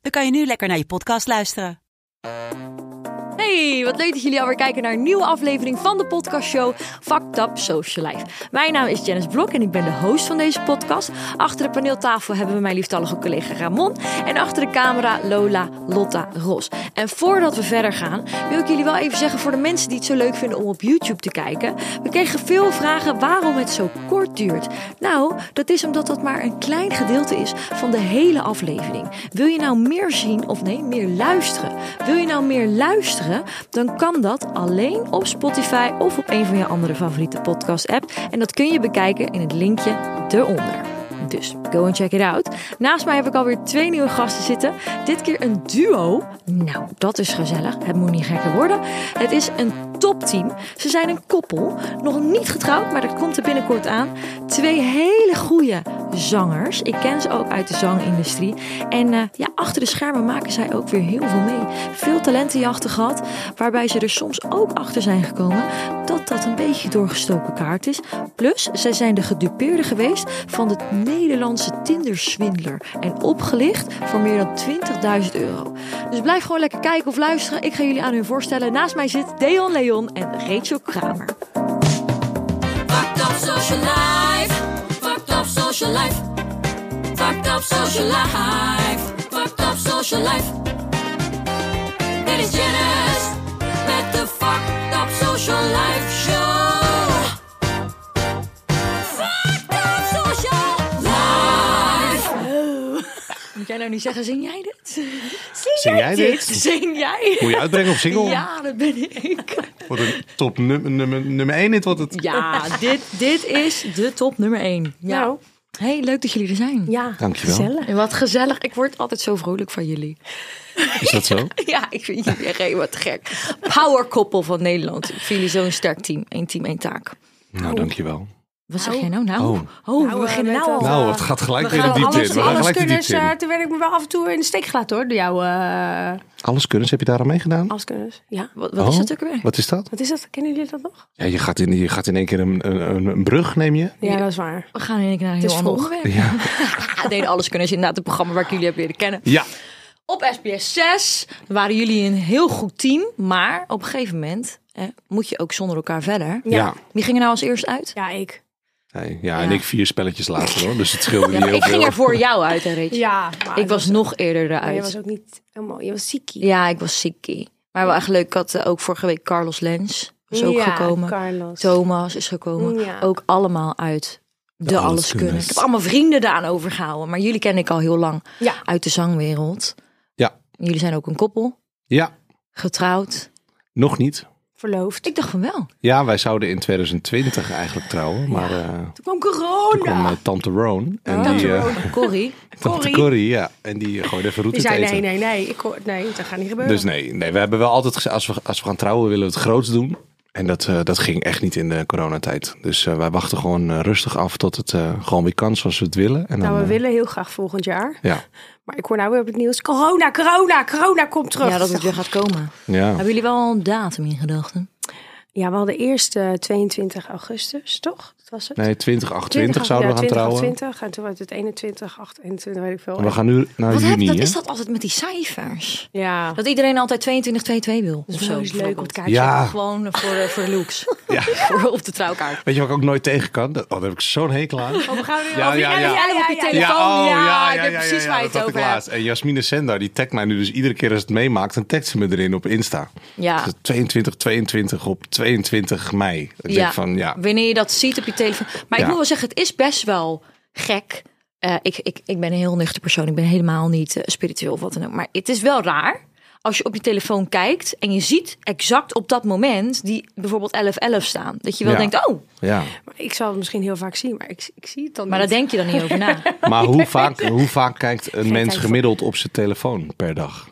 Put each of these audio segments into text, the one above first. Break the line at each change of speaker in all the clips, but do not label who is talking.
dan kan je nu lekker naar je podcast luisteren.
Hey, wat leuk dat jullie alweer kijken naar een nieuwe aflevering van de podcastshow Fucked Up Social Life. Mijn naam is Janice Blok en ik ben de host van deze podcast. Achter de paneeltafel hebben we mijn lieftallige collega Ramon en achter de camera Lola Lotta Ros. En voordat we verder gaan, wil ik jullie wel even zeggen voor de mensen die het zo leuk vinden om op YouTube te kijken. We kregen veel vragen waarom het zo kort duurt. Nou, dat is omdat dat maar een klein gedeelte is van de hele aflevering. Wil je nou meer zien of nee, meer luisteren? Wil je nou meer luisteren? Dan kan dat alleen op Spotify of op een van je andere favoriete podcast app. En dat kun je bekijken in het linkje eronder. Dus go and check it out. Naast mij heb ik alweer twee nieuwe gasten zitten. Dit keer een duo. Nou, dat is gezellig. Het moet niet gekker worden. Het is een topteam. Ze zijn een koppel. Nog niet getrouwd, maar dat komt er binnenkort aan. Twee hele goede zangers. Ik ken ze ook uit de zangindustrie. En eh, ja, achter de schermen maken zij ook weer heel veel mee. Veel talentenjachten gehad. Waarbij ze er soms ook achter zijn gekomen dat dat een beetje doorgestoken kaart is. Plus, zij zijn de gedupeerde geweest van de Nederlandse Tinder-swindler. En opgelicht voor meer dan 20.000 euro. Dus blijf gewoon lekker kijken of luisteren. Ik ga jullie aan hun voorstellen. Naast mij zit Deon Leon en Rachel Kramer.
Fucked up social life. Fucked up social life. Fucked up social life. Fucked up social life. Dit is Janice met de Fucked up social life show. Fucked up social life.
Moet jij nou niet zeggen, zing jij dit?
Zing jij dit?
Zing jij?
Moet je uitbrengen op single?
Ja, dat ben ik.
Wordt een top nummer, nummer, nummer 1 dit wordt het.
Ja, dit, dit is de top nummer 1. Ja.
Nou.
hey, leuk dat jullie er zijn.
Ja,
Dankjewel.
gezellig.
En wat gezellig. Ik word altijd zo vrolijk van jullie.
Is dat zo?
Ja, ik vind jullie echt helemaal te gek. Powerkoppel van Nederland. Ik vind jullie zo'n sterk team. Eén team, één taak.
Nou, dankjewel.
Wat zeg jij nou? Nou,
Oh.
oh.
Nou,
we
eh,
beginnen
met,
nou al.
eh,
Nou, het gaat gelijk weer de
alles,
diepte in. We gaan
alles
gelijk de
kunnen.
diepte in.
toen werd ik me wel af en toe in de steek gelaten hoor, door jou. eh
Alles kunnen, heb je daar aan meegedaan?
alles kunnen. Ja.
Wat, wat is
Oh,
dat ook weer?
Wat is dat?
Wat is dat? Kennen jullie dat nog?
Ja, je, gaat in, je gaat in één keer een, een, een brug, neem je?
Ja, dat is waar.
We gaan in één keer naar een
Het
heel
is
ander
vroeg.
onderwerp.
Ja.
Ja, Deden Alles Kunnen is inderdaad het programma waar ik jullie heb leren kennen.
ja.
Op SBS 6 waren jullie een heel goed team. Maar op een gegeven moment hè, moet je ook zonder elkaar verder.
Ja.
Wie ging er nou als eerst uit?
Ja, ik.
Nee, ja, en
Ja.
ik vier spelletjes later hoor, dus het scheelde niet
Ja, maar
heel
ik
veel.
ging er voor jou uit, hè, Rachel.
Ja, maar
ik was nog eerder
Maar
eruit.
je was ook niet helemaal. Je was ziek.
Ja, ik was ziekie. Maar wel echt leuk. Ik had eh, ook vorige week Carlos Lens. Was ook
Ja,
gekomen.
Carlos.
Thomas is gekomen.
Ja.
Ook allemaal uit de,
De
alles
Alleskunners.
kunnen. Ik heb allemaal vrienden daaraan overgehouden. Maar jullie ken ik al heel lang.
Ja.
Uit de zangwereld.
Ja.
Jullie zijn ook een koppel.
Ja,
Getrouwd.
nog niet.
Verloofd.
Ik dacht van wel.
Ja, wij zouden in 2020 eigenlijk trouwen, maar eh,
Toen kwam
toen kwam
corona.
eh, tante Roan en
Tante
die, eh,
Roon, Corrie.
tante Corrie, ja, en die gooide even roet
Die
in het
zei
eten.
nee, nee, nee. Ik hoor, nee, dat gaat niet gebeuren.
Dus nee, nee, we hebben wel altijd gezegd, als we, als we gaan trouwen willen we het groots doen. En dat, eh, dat ging echt niet in de coronatijd. Dus eh, wij wachten gewoon eh, rustig af tot het eh, gewoon weer kan zoals we het willen. En dan,
nou, we
eh,
willen heel graag volgend jaar.
Ja,
Maar ik hoor nou weer op het nieuws. Corona, corona, corona komt terug.
Ja, dat
Ik
het
dacht,
weer gaat komen.
ja.
Hebben jullie wel een datum in gedachten?
Ja, we hadden eerst eh, 22 augustus, toch? Dat was het.
Nee, 2028 zouden we gaan trouwen.
20, en toen werd het 21, 28, weet ik veel.
En we gaan nu naar
Wat heb,
juni,
dat
hè?
is dat altijd met die cijfers.
Ja,
Dat iedereen altijd 22-22 wil.
dat
Of
is
zo.
wel eens leuk op het kaartje.
Ja,
Gewoon voor, eh, voor de looks.
ja.
Voor op de trouwkaart.
Weet je wat ik ook nooit tegen kan? Dat, oh, daar heb ik zo'n hekel aan.
Oh, we gaan weer
Ja,
over-
ja, ja.
Jij op je telefoon.
oh,
Ja, ik weet precies waar je
dat
het
had ik
over hebt.
laatst. En Jasmine Senda, die tagt mij nu dus iedere keer als het meemaakt, dan tagt ze me erin op Insta.
Ja.
Dus 22, 22 op 22 mei. Ik denk van, ja,
Wanneer je dat ziet op je telefoon. Maar
Ja.
ik moet wel zeggen, het is best wel gek. Eh, ik, ik, ik ben een heel nuchter persoon. Ik ben helemaal niet eh, spiritueel of wat dan ook. Maar het is wel raar als je op je telefoon kijkt en je ziet exact op dat moment die bijvoorbeeld 1111 staan. Dat je wel
Ja.
denkt, oh,
Ja.
Maar ik zal het misschien heel vaak zien, maar ik, ik zie het dan
maar daar
niet.
denk je dan niet over na.
Maar hoe vaak, hoe vaak kijkt een mens
tijd
gemiddeld op zijn telefoon per dag?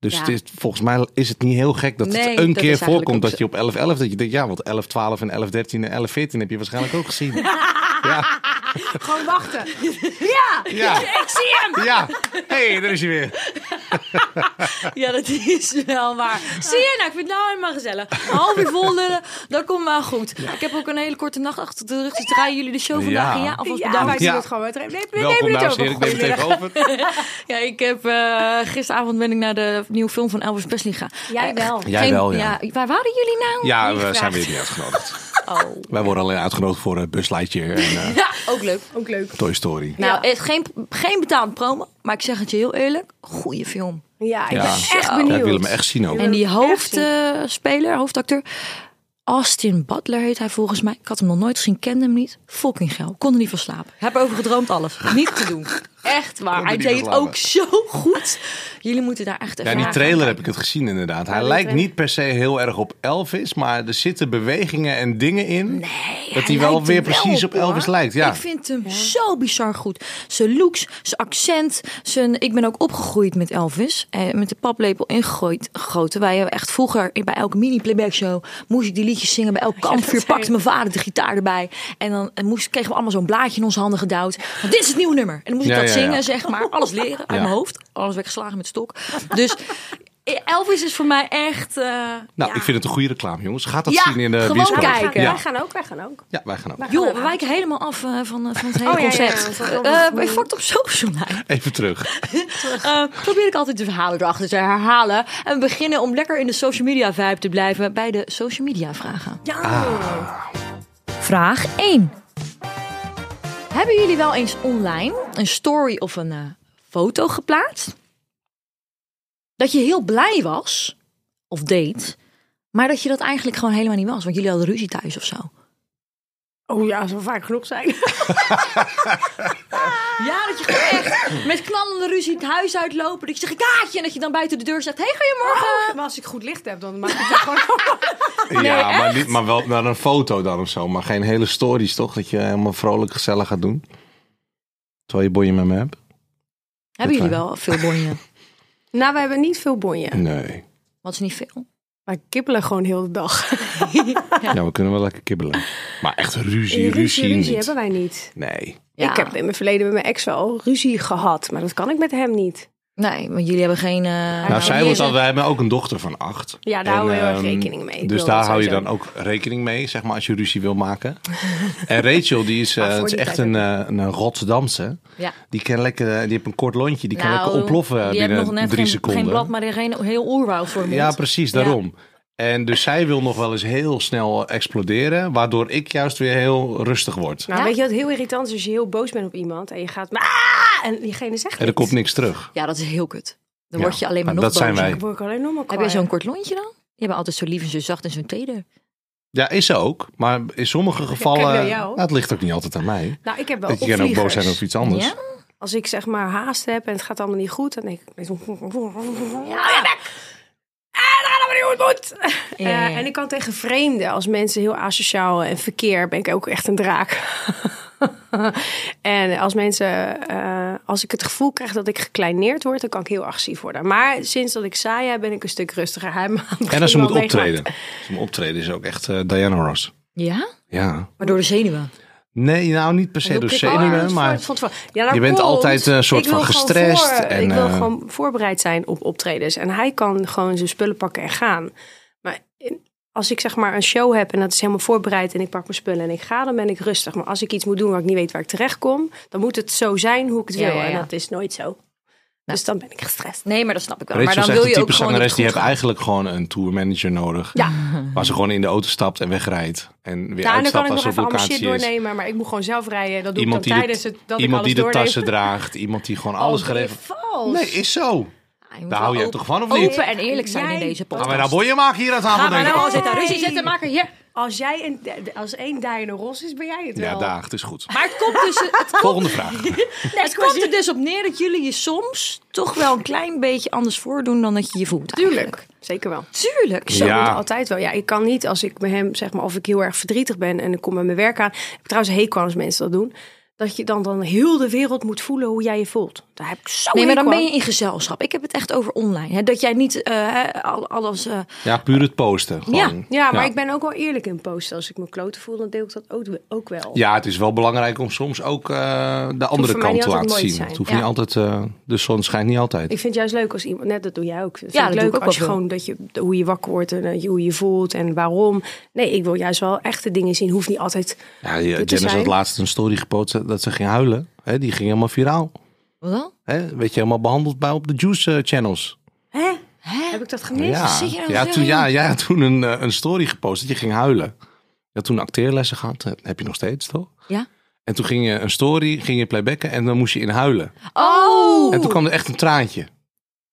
Dus
Ja.
het is, volgens mij is het niet heel gek dat
Nee,
het een
dat
keer
is eigenlijk
voorkomt
ook
dat je op 11, 11, dat je denkt, ja, want 11, 12 en 11, 13 en 11, 14 heb je waarschijnlijk ook gezien. Ja,
Gewoon wachten.
ja,
Ja.
ik zie hem!
ja. hey, daar is hij weer.
Ja, dat is wel waar. Zie je, nou, ik vind het nou helemaal gezellig. Een half uur vol lullen, dat komt wel goed. Ik heb ook een hele korte nacht achter de rug, dus draaien jullie de show vandaag? Ja,
Ja.
ja alvast
Ja,
bedankt.
wij zien
Ja.
het gewoon. We nemen- we
Welkom,
nemen
dames
het
en
over.
heren, ik neem het
Goedemiddag.
tegenover.
Ja, ik heb eh, gisteravond ben ik naar de nieuwe film van Elvis Presley gegaan. Eh,
Jij wel.
Jij wel, ja.
Waar waren jullie nou?
Ja,
Niet
we
gevraagd.
zijn weer niet uitgenodigd.
Oh.
Wij worden alleen uitgenodigd voor een buslightje en eh,
Ja, ook leuk.
Ook leuk.
Toy Story.
Nou, het is geen, geen betaald promo, maar ik zeg het je heel eerlijk, goede film.
Ja, ik
Ja.
ben echt
Ja,
Ja,
benieuwd.
ik wil hem echt zien ook.
En die
Echt zien.
hoofdspeler, hoofdacteur, Austin Butler heet hij volgens mij. Ik had hem nog nooit gezien, kende hem niet. Fucking geil, kon er niet van slapen. Heb over gedroomd alles, niet te doen. Echt waar,
Kon er
hij
niet van
deed het
slapen.
ook zo goed. Jullie moeten daar echt even
Ja, in die
naar gaan
trailer heb
kijken.
ik het gezien inderdaad. Hij
die
lijkt
trailer.
niet per se heel erg op Elvis, maar er zitten bewegingen en dingen in.
Nee,
dat
hij
hij wel
lijkt
weer
er
precies
op,
op Elvis
hoor.
lijkt. Ja.
Ik vind hem zo bizar goed. Zijn looks, zijn accent. Zijn... Ik ben ook opgegroeid met Elvis. Eh, met de paplepel ingegooid. gegoten. Wij hebben echt vroeger bij elke mini-playback show... moest ik die liedjes zingen. Bij elk kampvuur
dat zei
pakte mijn vader de gitaar erbij. En dan en moest, kregen we allemaal zo'n blaadje in onze handen gedouwd. Want dit is het nieuwe nummer. En dan moest
Ja,
ik dat
ja, ja.
zingen, zeg maar. Alles leren uit
Ja.
mijn hoofd. Alles weggeslagen met stok. Dus... Elvis is voor mij echt. eh,
nou,
ja.
ik vind het een goede reclame, jongens. Gaat dat
Ja,
zien in de
gewoon
bioscoop?
Wij gaan,
kijken.
Ja.
wij gaan ook, wij gaan ook.
ja, wij gaan ook.
Joh, we wijken helemaal af eh, van, eh, van het hele
Oh, ja, ja, ja.
concept.
Dat is
Eh
wel wat
ik
ik
vond op social live.
Even terug.
Eh, probeer ik altijd de verhalen erachter te herhalen. En we beginnen om lekker in de social media vibe te blijven bij de social media vragen.
Ja.
Vraag 1. Hebben jullie wel eens online een story of een eh, foto geplaatst? Dat je heel blij was, of deed, maar dat je dat eigenlijk gewoon helemaal niet was. Want jullie hadden ruzie thuis of zo.
Oh ja, zo vaak genoeg zijn.
Ja, dat je gewoon echt met knallende ruzie het huis uitlopen. Dat je zegt, kaatje. En dat je dan buiten de deur zegt, hey, goedemorgen.
Maar als ik goed licht heb, dan maak ik het gewoon...
ja, maar, niet, maar wel naar een foto dan of zo. Maar geen hele stories, toch? Dat je helemaal vrolijk gezellig gaat doen. Terwijl je boeien met me hebt?
Hebben jullie
fijn.
wel veel bonjen?
Nou, we hebben niet veel bonje.
Nee.
Wat is niet veel.
Maar kippelen gewoon heel de dag.
Ja, we kunnen wel lekker kibbelen. Maar echt ruzie, ruzie, niet.
hebben wij niet.
Nee.
Ja.
Ik heb in mijn verleden met mijn ex wel ruzie gehad. Maar dat kan ik met hem niet.
Nee, want jullie hebben geen... eh,
Nou, zij
die
wordt
is-
al, wij hebben ook een dochter van acht.
Ja, daar houden we heel erg
ehm,
rekening mee. Ik
Dus
wil
daar
dat
hou je dan
sowieso.
ook rekening mee, zeg maar, als je ruzie wil maken. en Rachel, die is, eh,
Ah, voor
het is
die
echt
tijd
een, eh, een Rotterdamse.
Ja.
Die, kan lekker, eh, die heeft een kort lontje, die kan
Nou,
lekker ontploffen
die hebben
binnen
nog net
drie
geen,
seconden.
geen blad, maar geen heel oerwoud voor de mond.
ja, precies, daarom. En dus zij wil nog wel eens heel snel exploderen, waardoor ik juist weer heel rustig word.
Nou,
Ja?
weet je wat heel irritant is? Als je heel boos bent op iemand en je gaat... "Ah!" En diegene zegt
en er
niks.
komt niks terug.
Ja, dat is heel kut. Dan
Ja,
word je alleen maar nog
maar dat zijn
bozer.
wij.
Dan word ik alleen nog maar
Heb je
kwaaier.
zo'n kort lontje dan? Je hebt altijd zo lief en zo zacht en zo teder.
Ja, is ze ook. Maar in sommige gevallen,
naar jou.
nou, het ligt ook niet altijd aan mij.
Nou, ik heb wel
Dat je kan ook boos
opvliegers.
zijn over iets anders.
Ja?
Als ik zeg maar haast heb en het gaat allemaal niet goed, dan denk ik... Oh, Ja, Ah, het moet.
Ja, ja, ja.
Eh, en ik kan tegen vreemden, als mensen heel asociaal en verkeer, ben ik ook echt een draak. en als mensen, eh, als ik het gevoel krijg dat ik gekleineerd word, dan kan ik heel agressief worden. Maar sinds dat ik saai heb, ben ik een stuk rustiger. Hij maakt
En als ze
wel
moet
meegemaakt.
optreden. Ze moet optreden is ook echt eh, Diana Ross.
Ja?
Ja.
Maar door de zenuwen.
Nee, nou niet per se
Heel
door
kikker-
Oh,
zenuwen,
dat is
maar
voor- voor- voor- ja, dat
je bent
komt.
altijd een soort
Ik wil
van
gewoon
gestrest
voor-
en,
ik wil
eh,
gewoon voorbereid zijn op optredens. En hij kan gewoon zijn spullen pakken en gaan. Maar in- als ik zeg maar een show heb en dat is helemaal voorbereid en ik pak mijn spullen en ik ga, dan ben ik rustig. Maar als ik iets moet doen waar ik niet weet waar ik terecht kom, dan moet het zo zijn hoe ik het
Ja,
wil.
ja, ja.
En dat is nooit zo.
Nou.
Dus dan ben ik gestrest.
Nee, maar dat snap ik wel.
Rachel
maar
is
dan
echt
wil
een
je ook
type
gewoon dat
zangeres
het
die
goed
heeft
gaat.
eigenlijk gewoon een tourmanager nodig.
Ja.
Waar ze gewoon in de auto stapt en wegrijdt en weer
Daarna kan
uitstapt
ik
als
nog
er
even
een
allemaal shit
locatie is.
doornemen, maar ik moet gewoon zelf rijden. Dat doe
Iemand
ik
die
dan
de,
tijdens het, dat ik
iemand
alles
die de
doorneem.
tassen draagt, iemand die gewoon alles
Oh, doe je
geregeld.
vals.
Nee, is zo. Nou,
je moet
Daar hou
wel
je toch van of
open,
niet?
open en eerlijk zijn in
Jij-
deze
Gaan wij nou
podcast.
boeien maken hier aan tafel?
Ga maar
denk
nou
ik?
al zitten,
Nee.
ruzie zitten maken. Ja.
Als jij een, als één Diana Ross is, ben jij het
Ja,
wel.
daag, het is goed.
Maar het komt, dus, het,
Volgende vraag.
het komt er dus op neer dat jullie je soms toch wel een klein beetje anders voordoen dan dat je je voelt.
Tuurlijk, zeker wel.
eigenlijk. Tuurlijk. Zo.
Ja.
Ja. Altijd wel. Ja, ik kan niet als ik bij hem, zeg maar, of ik heel erg verdrietig ben en ik kom met mijn werk aan. Ik heb trouwens een hekel aan als mensen dat doen. Dat je dan, dan heel de wereld moet voelen hoe jij je voelt. Daar heb ik zo
Nee, maar dan
hekel
ben
aan.
je in gezelschap. Ik heb het echt over online. Hè? Dat jij niet eh, hè, al- alles. eh,
Ja, puur het posten. gewoon.
Ja, maar ik ben ook wel eerlijk in posten. Als ik me kloten voel, dan deel ik dat ook, ook wel.
Ja, het is wel belangrijk om soms ook eh, de andere
voor mij
kant
niet
te
altijd
laten
mooi te
zien.
zijn.
Het hoeft
Ja.
niet altijd, eh, de zon schijnt niet altijd.
Ik vind het juist leuk als iemand, net dat doe jij ook. Vind
Ja,
ja,
dat doe
leuk
ik ook
als je
wel.
gewoon dat je hoe je wakker wordt en eh, je- hoe je je voelt en waarom. Nee, ik wil juist wel echte dingen zien. Hoeft niet altijd.
Ja, ja,
Dit is
Janice had
hij.
laatst een story gepost eh, dat ze ging huilen. Hè, die ging helemaal viraal.
Wat dan?
Hè, weet je, helemaal behandeld bij op de Juice eh, Channels.
Hè?
Hè?
Heb ik dat gemist? Oh,
ja,
zie je nou
ja,
zo,
toen,
joh.
ja, ja, toen een, eh, een story gepost dat je ging huilen. Ja, toen acteerlessen gehad, eh, heb je nog steeds toch?
Ja.
En toen ging je een story, ging je playbacken en dan moest je in huilen.
Oh!
En toen kwam er echt een traantje.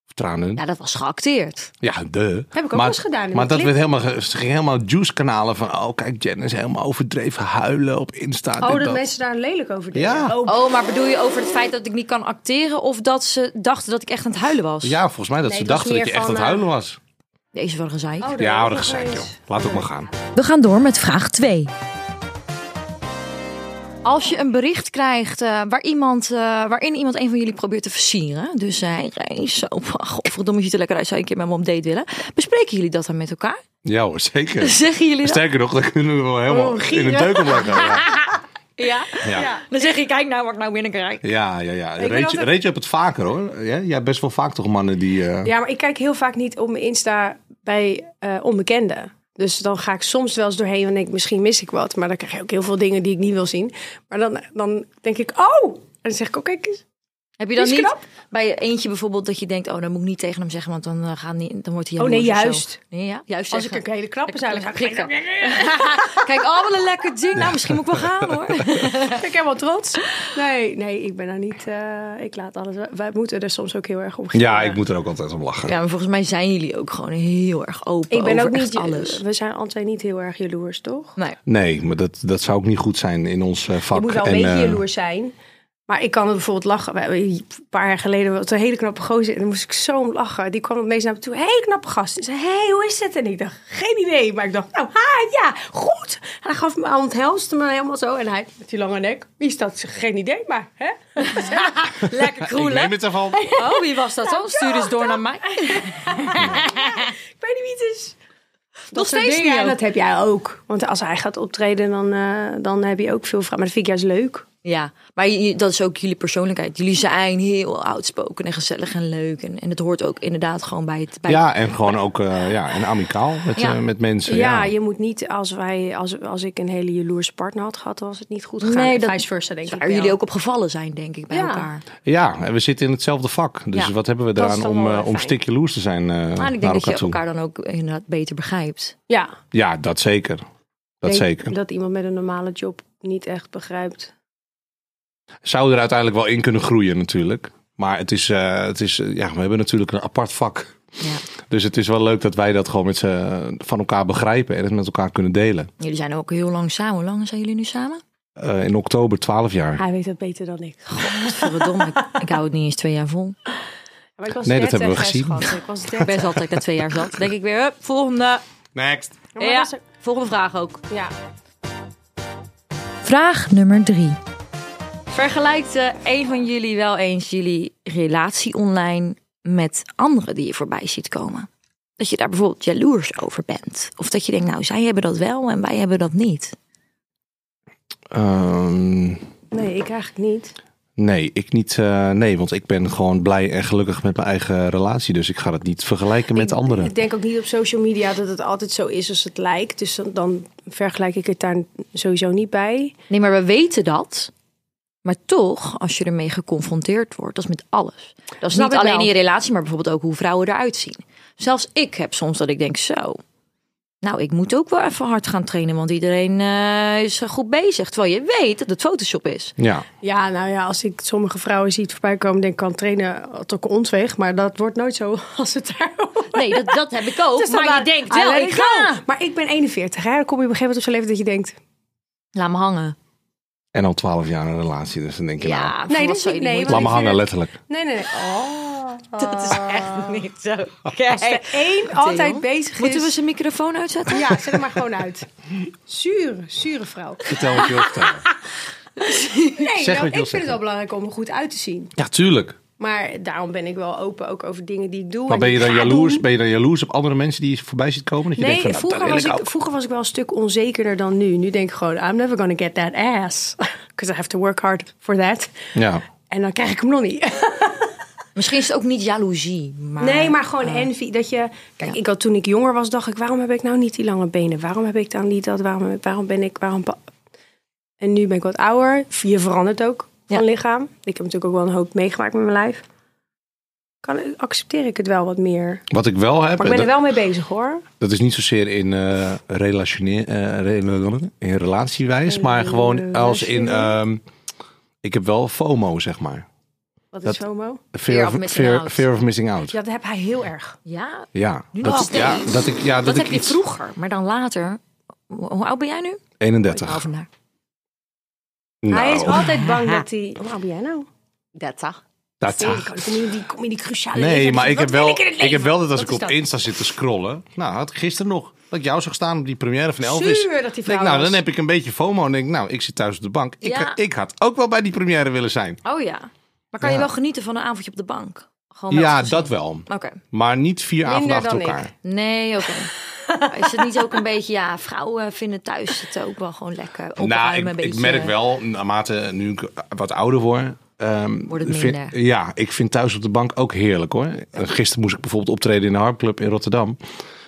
Of tranen.
Ja, dat was geacteerd.
Ja, de.
Heb ik ook wel eens gedaan in
Maar
mijn
dat
clip.
werd helemaal, ge- ze ging helemaal juice kanalen van, oh kijk Janice, helemaal overdreven huilen op Insta. dit,
Oh, dat, mensen daar lelijk over denken.
Ja.
Oh,
Oh, maar bedoel je over het feit dat ik niet kan acteren of dat ze dachten dat ik echt aan het huilen was?
Ja, volgens mij dat
Nee,
ze
het was
dachten dat je
meer
echt aan
van, eh,
het huilen was.
Deze is wel een gezeik.
oh, dat
Ja,
heb ik
oude
nog wel
gezeik
eens.
joh. Laat het maar gaan.
We gaan door met vraag 2. Als je een bericht krijgt eh, waar iemand, eh, waarin iemand een van jullie probeert te versieren. Dus hij is zo, godverdomme, je ziet er lekker uit, zou je een keer met me op date willen. Bespreken jullie dat dan met elkaar?
Ja hoor, zeker.
Zeggen jullie dat?
Sterker nog, dan kunnen we wel helemaal
Oh,
in
gieren.
de deuk om leggen. Ja,
Ja.
ja,
Dan zeg je, kijk nou wat ik nou binnenkrijg.
ja. ja, ja.
ben
Reetje,
altijd-
Reetje hebt het vaker hoor. Ja, jij hebt best wel vaak toch mannen die... eh,
Oh.
Ja, maar ik kijk heel vaak niet op mijn Insta bij eh, onbekenden. Dus dan ga ik soms wel eens doorheen en denk ik, misschien mis ik wat. Maar dan krijg je ook heel veel dingen die ik niet wil zien. Maar dan, dan denk ik, oh! En dan zeg ik, oh kijk eens.
Heb je dan
Is
niet
knap.
bij eentje bijvoorbeeld dat je denkt, oh dan moet ik niet tegen hem zeggen, want dan, eh, gaan die, dan wordt hij
Oh, nee,
jaloers of
juist.
zo. Nee, ja? Juist
Als ik
zeggen.
een hele knappe zou
Lekker-
zijn,
lekker klikken. Kijk, oh wat een lekker ding. Nou, misschien moet ik wel gaan hoor.
Ik ben helemaal trots. Nee, nee, ik ben nou niet. eh, ik laat alles. wel- Wij moeten er soms ook heel erg om
Ja,
geven.
ik moet er ook altijd om lachen.
Ja, maar volgens mij zijn jullie ook gewoon heel erg open
Ik ben
over
ook
echt
niet.
alles.
We zijn altijd niet heel erg jaloers, toch?
Nee.
Nee, maar dat, dat zou ook niet goed zijn in ons eh, vak.
Je moet wel een
En,
beetje
eh,
jaloers zijn. Maar ik kan er bijvoorbeeld lachen. We hebben Een paar jaar geleden was een hele knappe gozer. En dan moest ik zo om lachen. Die kwam opeens naar me toe. Hé, hey, knappe gast. En zei, hé, hey, hoe is het? En ik dacht, geen idee. Maar ik dacht, nou, ha, ja, goed. En hij gaf me aan, onthelste me helemaal zo. En hij, met die lange nek. Wie is dat? Ik zeg, Geen idee, maar hè?
Lekker
Ik
kroelen.
neem het ervan.
Oh, wie was dat dan? Stuur eens door naar mij.
Ik weet niet wie het is.
Nog
soort
steeds
dingen.
niet.
En
ook.
dat heb jij ook. Want als hij gaat optreden, dan, eh, dan heb je ook veel vragen. Maar dat vind ik juist leuk.
Ja, maar je- dat is ook jullie persoonlijkheid. Jullie zijn heel uitspoken en gezellig en leuk. En, en het hoort ook inderdaad gewoon bij het... Bij
Ja, en gewoon ook eh, ja, en amicaal met,
Ja.
eh, met mensen.
ja,
Ja,
je moet niet als wij, als, als ik een hele jaloerse partner had gehad, dan was het niet goed gegaan.
Nee, dat-
vice versa, denk ik.
Waar
wel.
jullie ook op gevallen zijn, denk ik, bij
Ja.
elkaar.
Ja, en we zitten in hetzelfde vak. Dus
Ja,
wat hebben we
dat is
eraan
dan
om,
wel
eh,
weer
om
fijn.
stikje loers te zijn eh,
Maar ik
naar
denk dat
elkaar
je
toe?
elkaar dan ook inderdaad beter begrijpt.
Ja,
Ja, dat zeker. Dat
denk
zeker.
Dat iemand met een normale job niet echt begrijpt.
Zou er uiteindelijk wel in kunnen groeien natuurlijk. Maar het is, eh, het is eh, ja, we hebben natuurlijk een apart vak.
Ja.
Dus het is wel leuk dat wij dat gewoon met z'n- van elkaar begrijpen en het met elkaar kunnen delen.
Jullie zijn ook heel lang samen. Hoe lang zijn jullie nu samen?
Eh, in oktober 12 jaar.
Hij weet dat beter dan ik.
Godverdomme, ik, ik hou het niet eens twee jaar vol.
Maar ik was
Nee, dat
30,
hebben we
hè,
gezien.
schat. Ik was
Ik
30.
ben altijd na twee jaar zat. Denk ik weer, hup, volgende.
Next.
Ja, maar
Ja,
dat is-
volgende vraag ook.
ja.
Vraag nummer drie. Vergelijkt eh, een van jullie wel eens jullie relatie online met anderen die je voorbij ziet komen? Dat je daar bijvoorbeeld jaloers over bent. Of dat je denkt, nou, zij hebben dat wel en wij hebben dat niet.
Ehm,
Nee, ik eigenlijk niet.
nee, ik niet. eh, nee, want ik ben gewoon blij en gelukkig met mijn eigen relatie. Dus ik ga het niet vergelijken met
Ik-
anderen.
Ik denk ook niet op social media dat het altijd zo is als het lijkt. Dus dan, dan vergelijk ik het daar sowieso niet bij.
Nee, maar we weten dat. Maar toch, als je ermee geconfronteerd wordt, dat is met alles. Dat is
Snap
niet
ik wel.
alleen in je relatie, maar bijvoorbeeld ook hoe vrouwen eruit zien. Zelfs ik heb soms dat ik denk, zo. Nou, ik moet ook wel even hard gaan trainen, want iedereen eh, is goed bezig. Terwijl je weet dat het Photoshop is.
Ja,
Ja, nou ja, als ik sommige vrouwen zie het voorbij komen, denk ik kan trainen eh, tot ons weg. Maar dat wordt nooit zo als het daarover
Nee, dat, dat heb ik ook.
Het is dan
maar je
laat-
denkt wel,
Alleen
ik ga.
gaan. Maar ik ben 41, hè? Dan kom je op een gegeven moment op zo'n leeftijd dat je denkt...
Laat me hangen.
en al twaalf jaar een relatie, dus dan denk je nou...
Ja, nee,
Nee, dat
dat
is
zou je
niet-
niet
nee,
moeten
Laat me
ik vind
hangen,
het-
letterlijk.
Nee, nee, nee. Oh.
doen. Dat is echt niet zo.
De
Kijk.
één altijd bezig
Moeten we
is...
zijn microfoon uitzetten?
Ja, zet hem maar gewoon uit. Zure, zure vrouw.
Vertel wat je wil vertellen.
Nee,
Zeg wat je
nou,
wil
ik vind het
zeggen.
wel belangrijk om er goed uit te zien.
Ja, tuurlijk.
Maar daarom ben ik wel open ook over dingen die ik doe.
Maar
en
ben je
die ik
dan
ga
jaloers,
doen.
ben je dan jaloers op andere mensen die je voorbij ziet komen? Dat je denkt
Nee,
van, nou,
vroeger
dat wil
was,
ik
ik,
ook.
vroeger was ik wel een stuk onzekerder dan nu. Nu denk ik gewoon, I'm never gonna get that ass. Because I have to work hard for that.
Ja.
En dan krijg ik hem nog niet.
Misschien is het ook niet jaloezie. Maar...
Nee, maar gewoon envy. Dat je, kijk, ik had, toen ik jonger was, dacht ik, waarom heb ik nou niet die lange benen? Waarom heb ik dan niet dat? Waarom, waarom ben ik, waarom... pa- En nu ben ik wat ouder. Je verandert ook
Ja.
van lichaam. Ik heb natuurlijk ook wel een hoop meegemaakt met mijn lijf. Kan, accepteer ik het wel wat meer.
Wat ik wel heb,
Maar ik ben
en
er
dat,
wel mee bezig hoor.
dat is niet zozeer in, eh relationeer, eh, rela- in relatiewijs, maar gewoon als in... ehm, ik heb wel FOMO, zeg maar.
Wat is
Dat-
FOMO?
Fear
of
of,
missing
fear,
out.
fear of missing out.
Ja, dat heb hij heel erg.
Ja,
Ja,
Nu nog
dat,
steeds.
ja, dat ik, ja, dat
dat,
ik
heb je
iets-
vroeger. Maar dan later. Hoe hoe oud ben jij nu?
31.
naar
Hij is
Nou,
altijd bang dat hij... Hoe oud ben jij nou?
30.
dat-
Kom je in die, kom je in die cruciale
Nee,
leeftijd?
maar ik
Wat
heb
wil
wel,
in het
ik heb
leven?
wel dat als
Wat
ik
is
op Insta zit te scrollen. Nou, had ik gisteren nog dat ik jou zag staan op die première van Elvis.
Zuur dat die vrouw
denk, nou,
was.
dan heb ik een beetje FOMO en denk, nou, ik zit thuis op de bank. Ik,
Ja.
ik had ook wel bij die première willen zijn.
Oh ja. Maar kan je wel genieten van een avondje op de bank? Gewoon met
Ja,
het gezin.
dat wel.
Oké.
Maar niet vier
Minder
avonden achter
dan ik.
elkaar.
Nee, oké. is het niet ook een beetje... Ja, vrouwen vinden thuis het ook wel gewoon lekker opruimen.
Nou,
een
ik,
beetje.
ik merk
eh.
wel, naarmate nu ik wat ouder word. ehm,
Wordt het
vind-
minder.
ja, ik vind thuis op de bank ook heerlijk hoor. Gisteren moest ik bijvoorbeeld optreden in de harpclub in Rotterdam.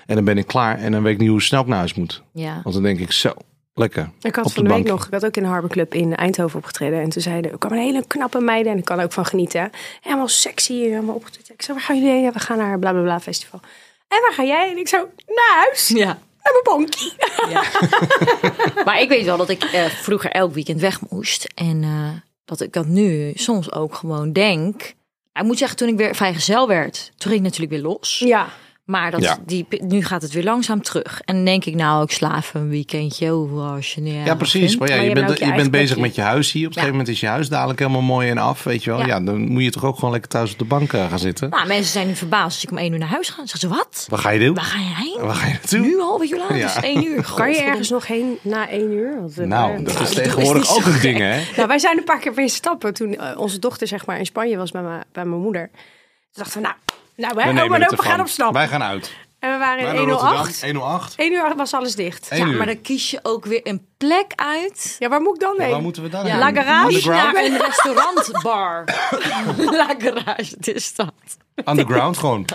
En dan ben ik klaar en dan weet ik niet hoe snel ik naar huis moet.
Ja.
Want dan denk ik zo, lekker.
Ik
op
had van de,
bank.
week nog, ik had ook in de Harbor Club in Eindhoven opgetreden. En toen zeiden, er kwam een hele knappe meiden en ik kan er ook van genieten. hè. Helemaal sexy, helemaal opgetreden. Ik zei, waar gaan jullie heen? Ja, we gaan naar een bla bla bla festival. En waar ga jij? En ik zo, naar huis,
Ja.
naar mijn bonkie.
Maar ik weet wel dat ik eh, vroeger elk weekend weg moest. En eh, dat ik dat nu soms ook gewoon denk. Ik moet zeggen, toen ik weer vrijgezel werd, toen ging ik natuurlijk weer los.
Ja,
Maar dat,
Ja.
die, nu gaat het weer langzaam terug. En dan denk ik, nou, ik sla even een weekendje over als je niet
Ja,
erg
precies.
vindt.
Maar ja,
Maar
je
je
bent,
hebt ook je
je bent
eigen
bezig
plekje.
met je huis hier. Op een
Ja.
gegeven moment is je huis dadelijk helemaal mooi en af, weet je wel. Ja.
Ja.
dan moet je toch ook gewoon lekker thuis op de bank eh, gaan zitten.
Nou, mensen zijn nu verbaasd als ik om één uur naar huis ga. Zeggen ze, wat?
Waar ga je doen?
Waar ga je heen?
Waar ga je naartoe?
Nu al, wat je laat?
Ja.
Het is één uur.
kan je
Godverdomme.
ergens nog heen na één uur? Want, eh,
Nou,
eh,
dat is tegenwoordig ook een ding, hè?
Nou, wij zijn een paar keer weer stappen toen eh, onze dochter zeg maar in Spanje was bij, mijn- bij mijn moeder. Toen dachten we, nou, nou
We
hè,
nemen
oma en
het
opa
ervan.
gaan op stap.
Wij gaan uit.
En
Wij
we waren
naar
in
Rotterdam,
108.
108.
1 uur was alles dicht.
Eén
Ja,
uur.
maar dan kies je ook weer een plek uit.
Ja, waar moet ik dan heen?
Waar moeten we dan
Ja.
heen?
La garage
Underground?
Naar een restaurantbar. La garage, het is dat.
Underground gewoon.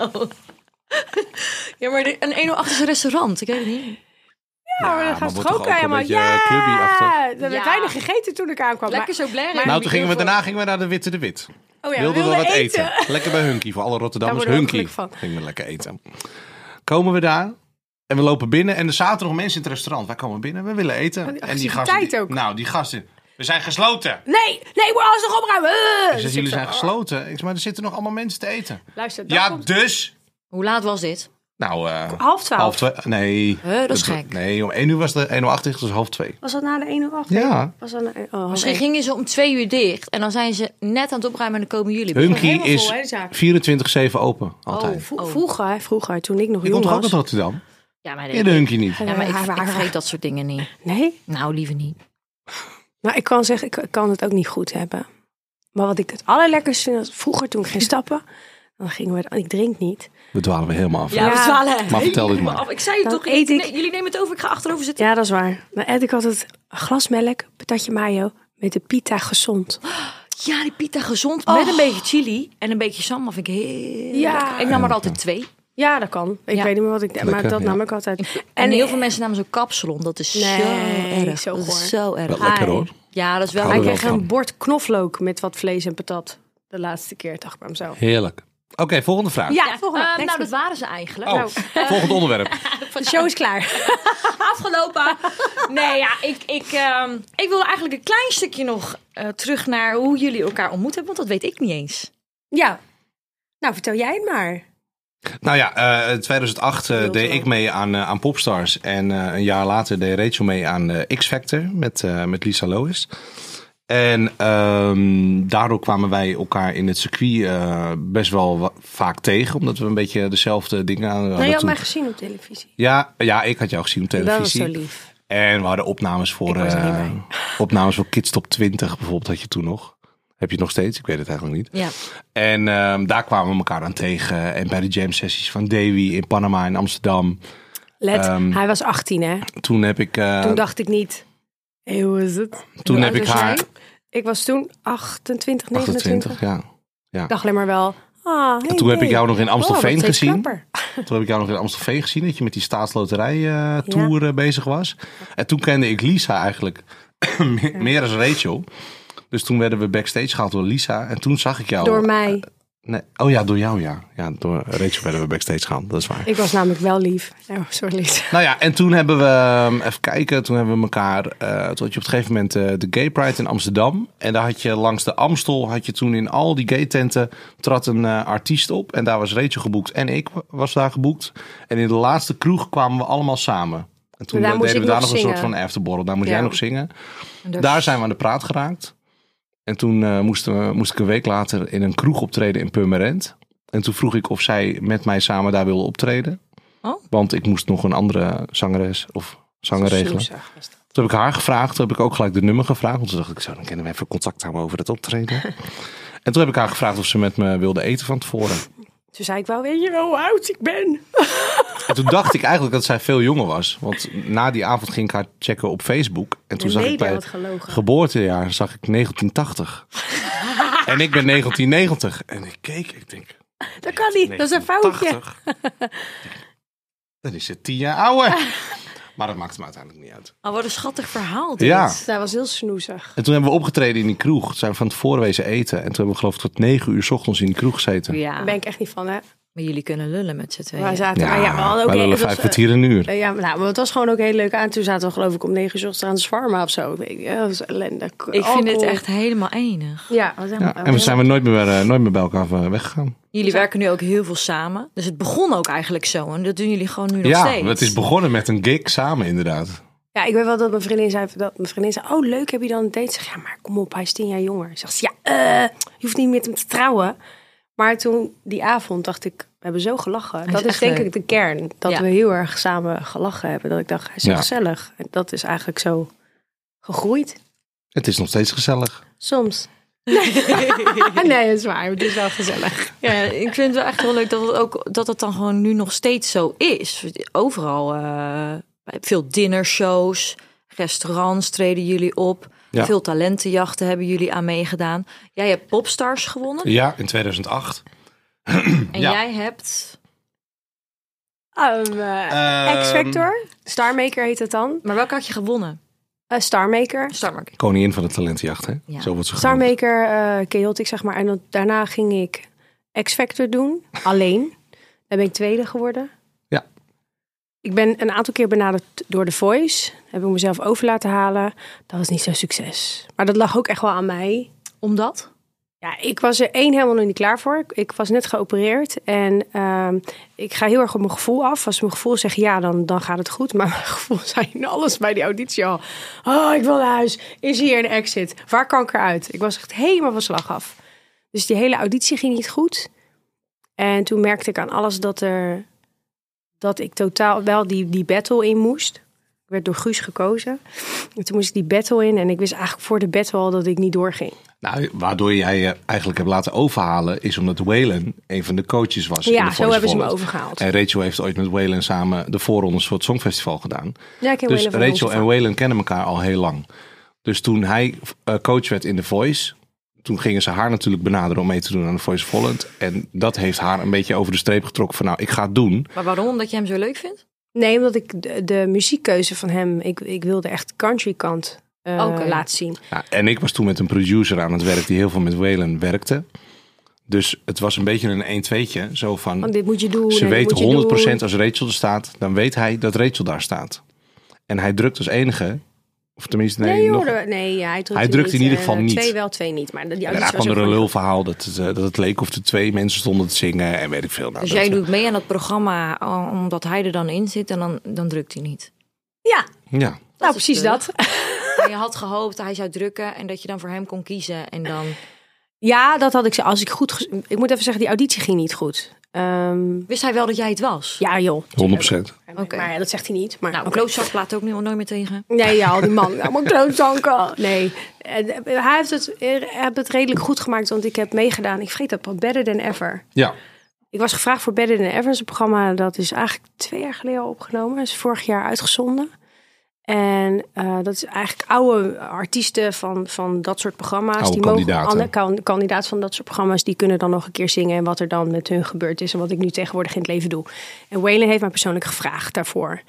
Ja, maar de- een 108 is een restaurant. Ik weet het niet.
Ja, maar
Ja,
dan
maar
Oh, gaan
moet
ze toch
toch
ook
ook een
helemaal.
beetje,
ja,
eh, clubby-achtig?
we hebben
Ja.
weinig gegeten toen ik aankwam.
Lekker
maar-
zo blij.
maar-
Nou, toen gingen we,
Heel veel-
daarna gingen we naar de Witte de Wit.
Oh ja, we
Wilden we
wilden
wat eten.
eten.
Lekker bij Hunky. Voor alle Rotterdammers
Daar worden we
Hunky.
ook gelukkig
Gingen we lekker eten. Komen we daar en we lopen binnen. En er zaten nog mensen in het restaurant. Wij komen binnen, we willen
Oh,
eten. En die gasten.
agressiviteit
die-
ook.
Nou, die gasten. We zijn gesloten.
Nee, nee, we alles nog opruimen. Eh,
Ze
dus
zeggen,
ik
jullie
zo,
zijn
oh,
gesloten. Ik zeg, maar er zitten nog allemaal mensen te eten.
Luister, dan
Ja,
komt-
dus.
Hoe laat was dit?
Nou, eh,
half twaalf.
half twee. Nee.
Huh, dat is gek.
Nee, om 1 uur was de 108 dicht, dus half twee.
Was dat na de 1 uur acht?
Ja.
Was dat na, oh, half
Misschien
één.
gingen ze om twee uur dicht. En dan zijn ze net aan het opruimen en dan komen jullie.
Hunky
helemaal vol,
is
hè, de zaak.
24-7 open. Altijd.
Oh,
Vro-
oh.
Vroeger, hè, vroeger, toen ik nog
Je
jong
komt toch ook
was. Eh,
uit Rotterdam?
Ja, maar,
Ken de Hunky niet?
ja, maar ik, ik vergeet dat soort dingen niet.
Nee,
Nou, liever niet.
maar ik kan zeggen, ik ik kan het ook niet goed hebben. Maar wat ik het allerlekkerste vind, was vroeger toen ik ging stappen. Dan gingen we, ik drink niet.
We dwalen weer helemaal af. hè?
we
twaalf.
Maar vertel dit maar.
Ik zei het
Dan
toch, ik-
eet ik-
nee, jullie nemen het over, ik ga achterover zitten.
Ja, dat is waar. Dan eet ik altijd een glas melk, patatje mayo, met de pita gezond.
Ja, die pita gezond met een beetje chili en een beetje sambal vind ik heel
Ja.
lekker. Ik nam er altijd twee.
Ja, dat kan. Ik
Ja.
weet niet meer wat ik deed, maar
Lekker,
dat
ja.
nam ik altijd.
En eh- heel veel mensen namen zo'n kapsalon. Dat is zo
Nee,
erg.
zo
dat is
goor.
zo erg.
Wel lekker
Hi.
hoor.
Ja, dat is wel
Hou
Hij
lekker.
er wel
kreeg
van.
een bord knoflook met wat vlees en patat. De laatste keer dacht ik bij mezelf.
Heerlijk. Oké, volgende vraag.
Ja, volgende.
Ehm,
Next
nou, dat
week.
waren ze eigenlijk.
Oh, volgend onderwerp.
de show is klaar.
Nou, Afgelopen. Nee, ja, ik, ik, ehm, ik wilde eigenlijk een klein stukje nog eh, terug naar hoe jullie elkaar ontmoet hebben, want dat weet ik niet eens.
ja. Nou, vertel jij het maar.
Nou ja, eh 2008 eh, deed ik mee aan, eh, aan Popstars. En eh, een jaar later deed Rachel mee aan eh, X-Factor met, eh, met Lisa Lois. En ehm, daardoor kwamen wij elkaar in het circuit eh, best wel wa- vaak tegen. Omdat we een beetje dezelfde dingen aan hadden
Nou, je had
toen.
mij gezien op televisie.
ja, ja, ik had jou gezien op
Dat was
televisie.
zo lief.
En we hadden opnames voor,
was er niet
eh,
bij.
opnames voor Kids Top 20 bijvoorbeeld had je toen nog. Heb je het nog steeds? Ik weet het eigenlijk niet.
Ja.
En ehm, daar kwamen we elkaar aan tegen. En bij de jam sessies van Davy in Panama in Amsterdam.
Let,
Ehm,
hij was 18 hè.
Toen heb ik, eh,
Toen dacht ik niet. Hé, hoe is het?
toen
Hoe
heb
oud
ik
was
haar
jij? Ik was toen 28, 29.
28, ja.
Ik dacht alleen maar wel. Ah, hey,
Toen heb
hey.
ik jou nog in
Oh,
Amstelveen
wordt steeds
gezien.
knapper.
Toen heb ik jou nog in Amstelveen gezien dat je met die staatsloterij-tour eh, bezig was. En toen kende ik Lisa eigenlijk me- meer als Rachel. Dus toen werden we backstage gehaald door Lisa. En toen zag ik jou.
Door mij.
Nee. Oh ja, door jou ja. Ja, door Rachel werden we backstage gehaald. Dat is waar.
Ik was namelijk wel lief. Oh, sorry Lisa.
Nou ja, en toen hebben we, ehm, even kijken, toen hebben we elkaar, eh toen had je op een gegeven moment eh, de Gay Pride in Amsterdam. En daar had je langs de Amstel, had je toen in al die gay tenten, trad een eh, artiest op. En daar was Rachel geboekt en ik wa- was daar geboekt. En in de laatste kroeg kwamen we allemaal samen. En toen
Daar
eh,
moest
deden we
ik
daar nog
nog
een soort
zingen.
van afterborrel, daar moest
Ja.
jij nog zingen. Daar zijn we aan de praat geraakt. En toen eh, moesten we, moest ik een week later in een kroeg optreden in Purmerend. En toen vroeg ik of zij met mij samen daar wilde optreden.
Oh.
Want ik moest nog een andere zangeres of zanger regelen.
Soesa was dat.
Toen heb ik haar gevraagd. Toen heb ik ook gelijk de nummer gevraagd. Want toen dacht ik, zo, dan kunnen we even contact houden over het optreden. en toen heb ik haar gevraagd of ze met me wilde eten van tevoren.
Toen zei ik wel, weet je wel hoe oud ik ben?
En toen dacht ik eigenlijk dat zij veel jonger was. Want na die avond ging ik haar checken op Facebook. En toen
De
zag ik
media
bij
had
het
gelogen.
geboortejaar zag ik 1980. en ik ben 1990. En ik keek, ik denk...
Dat kan niet, dat is een foutje.
1980. Dan is het tien jaar ouder. Maar dat maakt me uiteindelijk niet uit.
Oh, wat een schattig verhaal dit.
Ja.
Dat was heel snoezig.
En toen hebben we opgetreden in die kroeg. Toen zijn we van tevoren wezen eten. En toen hebben we geloof ik tot negen uur 's ochtends in die kroeg gezeten.
Ja,
Daar ben ik echt niet van, hè.
maar jullie kunnen lullen met z'n tweeën.
Waar zaten we? Ja, we hadden ook
wij
heel-
willen
het was,
vijf
eh,
kwartier een uur.
eh, Ja, maar nou, maar het was gewoon ook heel leuk aan. Toen zaten we geloof ik om negen uur 's ochtends aan de zwarma of zo. Ik weet niet, ja, dat was ellende.
Ik vind dit
Alcohol.
echt helemaal enig.
Ja, wat
Ja, en we zijn we nooit meer, eh, nooit meer bij elkaar eh, weggegaan.
Jullie werken nu ook heel veel samen. Dus het begon ook eigenlijk zo. En dat doen jullie gewoon nu nog
ja,
steeds.
het is begonnen met een gig samen inderdaad.
Ja, ik weet wel dat mijn vriendin zei, dat mijn vriendin zei, oh leuk, heb je dan een date? Ik Zeg, ja, maar kom op, hij is tien jaar jonger. Zegt ze, ja, eh, je hoeft niet met hem te trouwen. Maar toen, die avond, dacht ik, we hebben zo gelachen.
is
Dat is
echt
denk
leuk.
ik de kern, dat
Ja.
we heel erg samen gelachen hebben. Dat ik dacht, hij is zo
Ja.
gezellig. En dat is eigenlijk zo gegroeid,
Het is nog steeds gezellig.
soms. Nee, nee dat is waar, maar het is wel gezellig.
Ja, ik vind het wel echt heel leuk dat het, ook, dat het dan gewoon nu nog steeds zo is. Overal eh, veel dinnershows, restaurants treden jullie op.
Ja.
Veel talentenjachten hebben jullie aan meegedaan. Jij hebt popstars gewonnen.
Ja, in 2008.
En
ja.
jij hebt... Ehm,
Um, eh, X-Factor, Starmaker heet het dan.
Maar welke had je gewonnen?
Eh, Starmaker.
Starmarket.
Koningin van de talentenjacht, hè?
Ja.
Zo wordt ze genoemd.
Starmaker, eh Chaotic zeg maar. En dan- daarna ging ik X-Factor doen, alleen. Daar ben ik tweede geworden.
Ja.
Ik ben een aantal keer benaderd door The Voice. Heb ik mezelf over laten halen. Dat was niet zo'n succes. Maar dat lag ook echt wel aan mij.
Omdat?
Ja, ik was er één helemaal nog niet klaar voor. Ik- Ik was net geopereerd en ehm, ik ga heel erg op mijn gevoel af. Als mijn gevoel zegt ja, dan, dan gaat het goed. Maar mijn gevoel zei in alles bij die auditie al. Oh, ik wil naar huis. Is hier een exit? Waar kan ik eruit? Ik was echt helemaal van slag af. Dus die hele auditie ging niet goed. En toen merkte ik aan alles dat, er, dat ik totaal wel die, die battle in moest. Ik werd door Guus gekozen. En toen moest ik die battle in. En ik wist eigenlijk voor de battle al dat ik niet doorging.
Nou, waardoor jij je eigenlijk hebt laten overhalen, is omdat Waylon een van de coaches was. in
Ja,
de
zo
Voice
hebben ze me
Holland.
overgehaald.
En Rachel heeft ooit met Waylon samen de voorrondes voor het Songfestival gedaan.
Ja, ik ken
dus
Waylon van
Rachel
Hoogstel.
en Waylon kennen elkaar al heel lang. Dus toen hij eh, coach werd in The Voice, toen gingen ze haar natuurlijk benaderen om mee te doen aan The Voice of Holland. En dat heeft haar een beetje over de streep getrokken van nou, ik ga het doen.
Maar waarom? Omdat je hem zo leuk vindt?
Nee, omdat ik de, de muziekkeuze van hem, ik, ik wilde echt country kant eh,
Oké.
laten zien.
Nou, Ja, en ik was toen met een producer aan het werk die heel veel met Waylon werkte. Dus het was een beetje een 1-2'tje. Zo van,
Want dit moet je doen.
ze
en dit
weet
moet je
100%
doen.
als Rachel er staat, dan weet hij dat Rachel daar staat. En hij drukt als enige, of tenminste, nee,
Nee, joh,
nog,
er- nee ja, hij drukt,
Hij
er
drukt in
niet,
ieder
eh,
geval niet.
Twee wel, twee niet. Maar die
daarna
auditie was
kwam er
ook
een
van-
lulverhaal dat het, eh, dat het leek of er twee mensen stonden te zingen en weet ik veel. Nou,
Dus
dat-
jij doet mee aan dat programma eh, omdat hij er dan in zit en dan, dan drukt hij niet.
Ja,
Ja,
nou
is
precies
lullig.
dat.
En je had gehoopt dat hij zou drukken en dat je dan voor hem kon kiezen. En dan,
Ja, dat had ik ze. Als ik goed. ges- Ik moet even zeggen, die auditie ging niet goed. Ehm,
wist hij wel dat jij het was?
ja, joh.
100%.
Oké.
Maar ja, dat zegt hij niet. Maar,
Nou,
oké.
klootzak laat ook niemand nooit meer tegen.
Nee, ja, al die man. Allemaal klootzanken. Nee. En, eh, Hij heeft het, eh, heeft het redelijk goed gemaakt, want ik heb meegedaan. Ik vergeet dat, wel, Better Than Ever.
Ja,
Ik was gevraagd voor Better Than Ever. Dat is een programma dat is eigenlijk twee jaar geleden al opgenomen. Dat is vorig jaar uitgezonden. En eh, dat is eigenlijk oude artiesten van, van dat soort programma's.
Oude
die mogen-
kandidaten.
alle kan- kandidaat van dat soort programma's, die kunnen dan nog een keer zingen. En wat er dan met hun gebeurd is. En wat ik nu tegenwoordig in het leven doe. En Waylon heeft mij persoonlijk gevraagd daarvoor.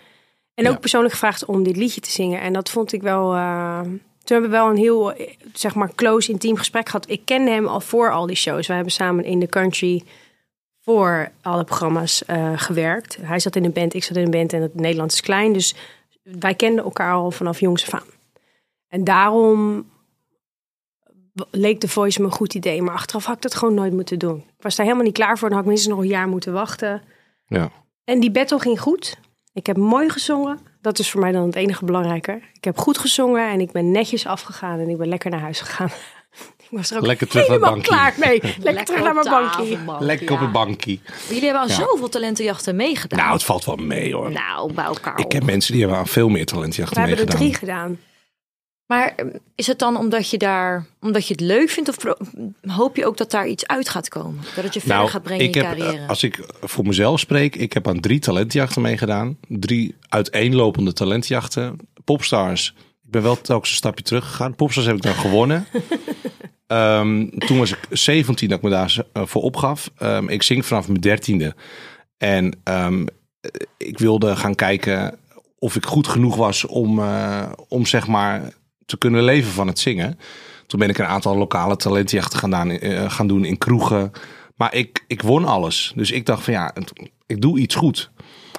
En ook persoonlijk gevraagd om dit liedje te zingen. En dat vond ik wel. eh, toen hebben we wel een heel, eh, zeg maar, close, intiem gesprek gehad. Ik kende hem al voor al die shows. We hebben samen in de country voor alle programma's eh, gewerkt. Hij zat in een band, ik zat in een band en het Nederland is klein. Dus wij kenden elkaar al vanaf jongs af aan. En daarom w- leek de voice me een goed idee. Maar achteraf had ik dat gewoon nooit moeten doen. Ik was daar helemaal niet klaar voor. Dan had ik minstens nog een jaar moeten wachten.
ja.
En die battle ging goed. Ik heb mooi gezongen. Dat is voor mij dan het enige belangrijke. Ik heb goed gezongen en ik ben netjes afgegaan en ik ben lekker naar huis gegaan. Ik was er ook
Lekker terug naar
helemaal
het
klaar mee. Lekker, terug naar mijn bankje.
Lekker op een bankie.
Jullie hebben aan
Ja.
zoveel talentenjachten meegedaan.
Nou, het valt wel mee hoor.
Nou, bij elkaar.
Ik ken mensen die hebben aan veel meer talentjachten
We hebben er
meegedaan.
drie gedaan.
Maar eh, is het dan omdat je, daar, omdat je het leuk vindt? Of pro- hoop je ook dat daar iets uit gaat komen? Dat het je verder gaat brengen
Nou, ik
in je
heb,
carrière?
eh, Als ik voor mezelf spreek, ik heb aan drie talentjachten meegedaan. Drie uiteenlopende talentjachten. Popstars. Ik ben wel telkens een stapje terug gegaan. Popstars heb ik dan gewonnen. Ehm, toen was ik 17 dat ik me daar z- eh, voor opgaf. Ehm, ik zing vanaf mijn dertiende. En ehm, eh, ik wilde gaan kijken of ik goed genoeg was om, eh, om zeg maar te kunnen leven van het zingen. Toen ben ik een aantal lokale talentjachten gaan, daan- eh, gaan doen in kroegen. Maar ik, ik won alles. Dus ik dacht van ja, het- ik doe iets goed.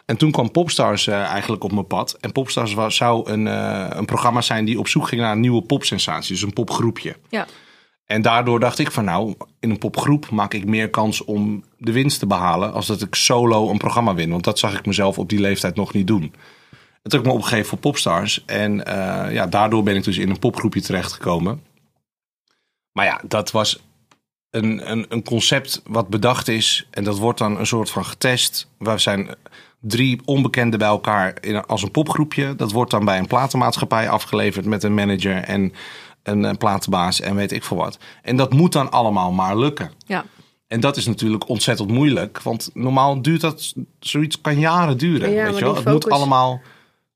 En toen kwam Popstars eh, eigenlijk op mijn pad. En Popstars was, zou een, eh, een programma zijn die op zoek ging naar een nieuwe popsensatie. Dus een popgroepje.
Ja.
En daardoor dacht ik van nou, in een popgroep maak ik meer kans om de winst te behalen. Als dat ik solo een programma win. Want dat zag ik mezelf op die leeftijd nog niet doen. En toen heb ik me opgegeven voor Popstars. En eh, ja, daardoor ben ik dus in een popgroepje terechtgekomen. Maar ja, dat was een, een, een concept wat bedacht is. En dat wordt dan een soort van getest. We zijn drie onbekenden bij elkaar in, een- als een popgroepje. Dat wordt dan bij een platenmaatschappij afgeleverd met een manager en een, eh, platenbaas en weet ik veel wat. En dat moet dan allemaal maar lukken.
ja.
En dat is natuurlijk ontzettend moeilijk. Want normaal duurt dat, zoiets kan jaren duren.
Ja, maar
weet je
die
wel? Het moet
focus-
allemaal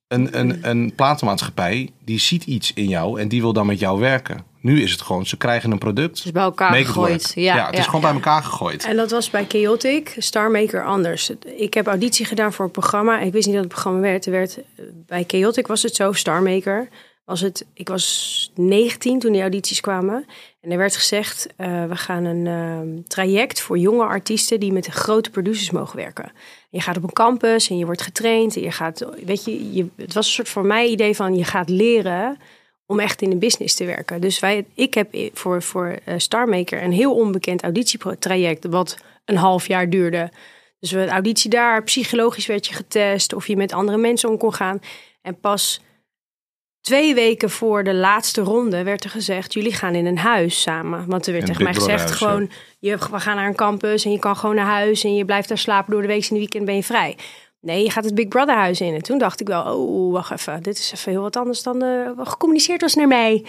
een, een, een platenmaatschappij, die ziet iets in jou en die wil dan met jou werken. Nu is het gewoon, ze krijgen een product.
Dus bij elkaar
Make it
gegooid.
work.
Ja,
het is
ja.
gewoon bij elkaar gegooid.
En dat was bij Chaotic, Starmaker anders. Ik heb auditie gedaan voor een programma. Ik wist niet dat het programma werd. Er werd bij Chaotic was het zo, Starmaker. Was het, ik was 19 toen die audities kwamen. En er werd gezegd, eh, we gaan een ehm, traject voor jonge artiesten... die met de grote producers mogen werken. Je gaat op een campus en je wordt getraind. En je gaat, weet je, je, het was een soort voor mij idee van... je gaat leren om echt in de business te werken. Dus wij, ik heb i- voor, voor eh, Starmaker een heel onbekend auditietraject, wat een half jaar duurde. Dus we auditie daar, psychologisch werd je getest, of je met andere mensen om kon gaan. En pas twee weken voor de laatste ronde werd er gezegd: jullie gaan in een huis samen. Want er werd
Een
tegen mij
Big Brother huis,
gezegd:
ja.
gewoon je, we gaan naar een campus en je kan gewoon naar huis en je blijft daar slapen door de week en in de weekend ben je vrij. Nee, je gaat het Big Brother huis in. En toen dacht ik wel, oh, wacht even. Dit is even heel wat anders dan eh, wat gecommuniceerd was naar mij.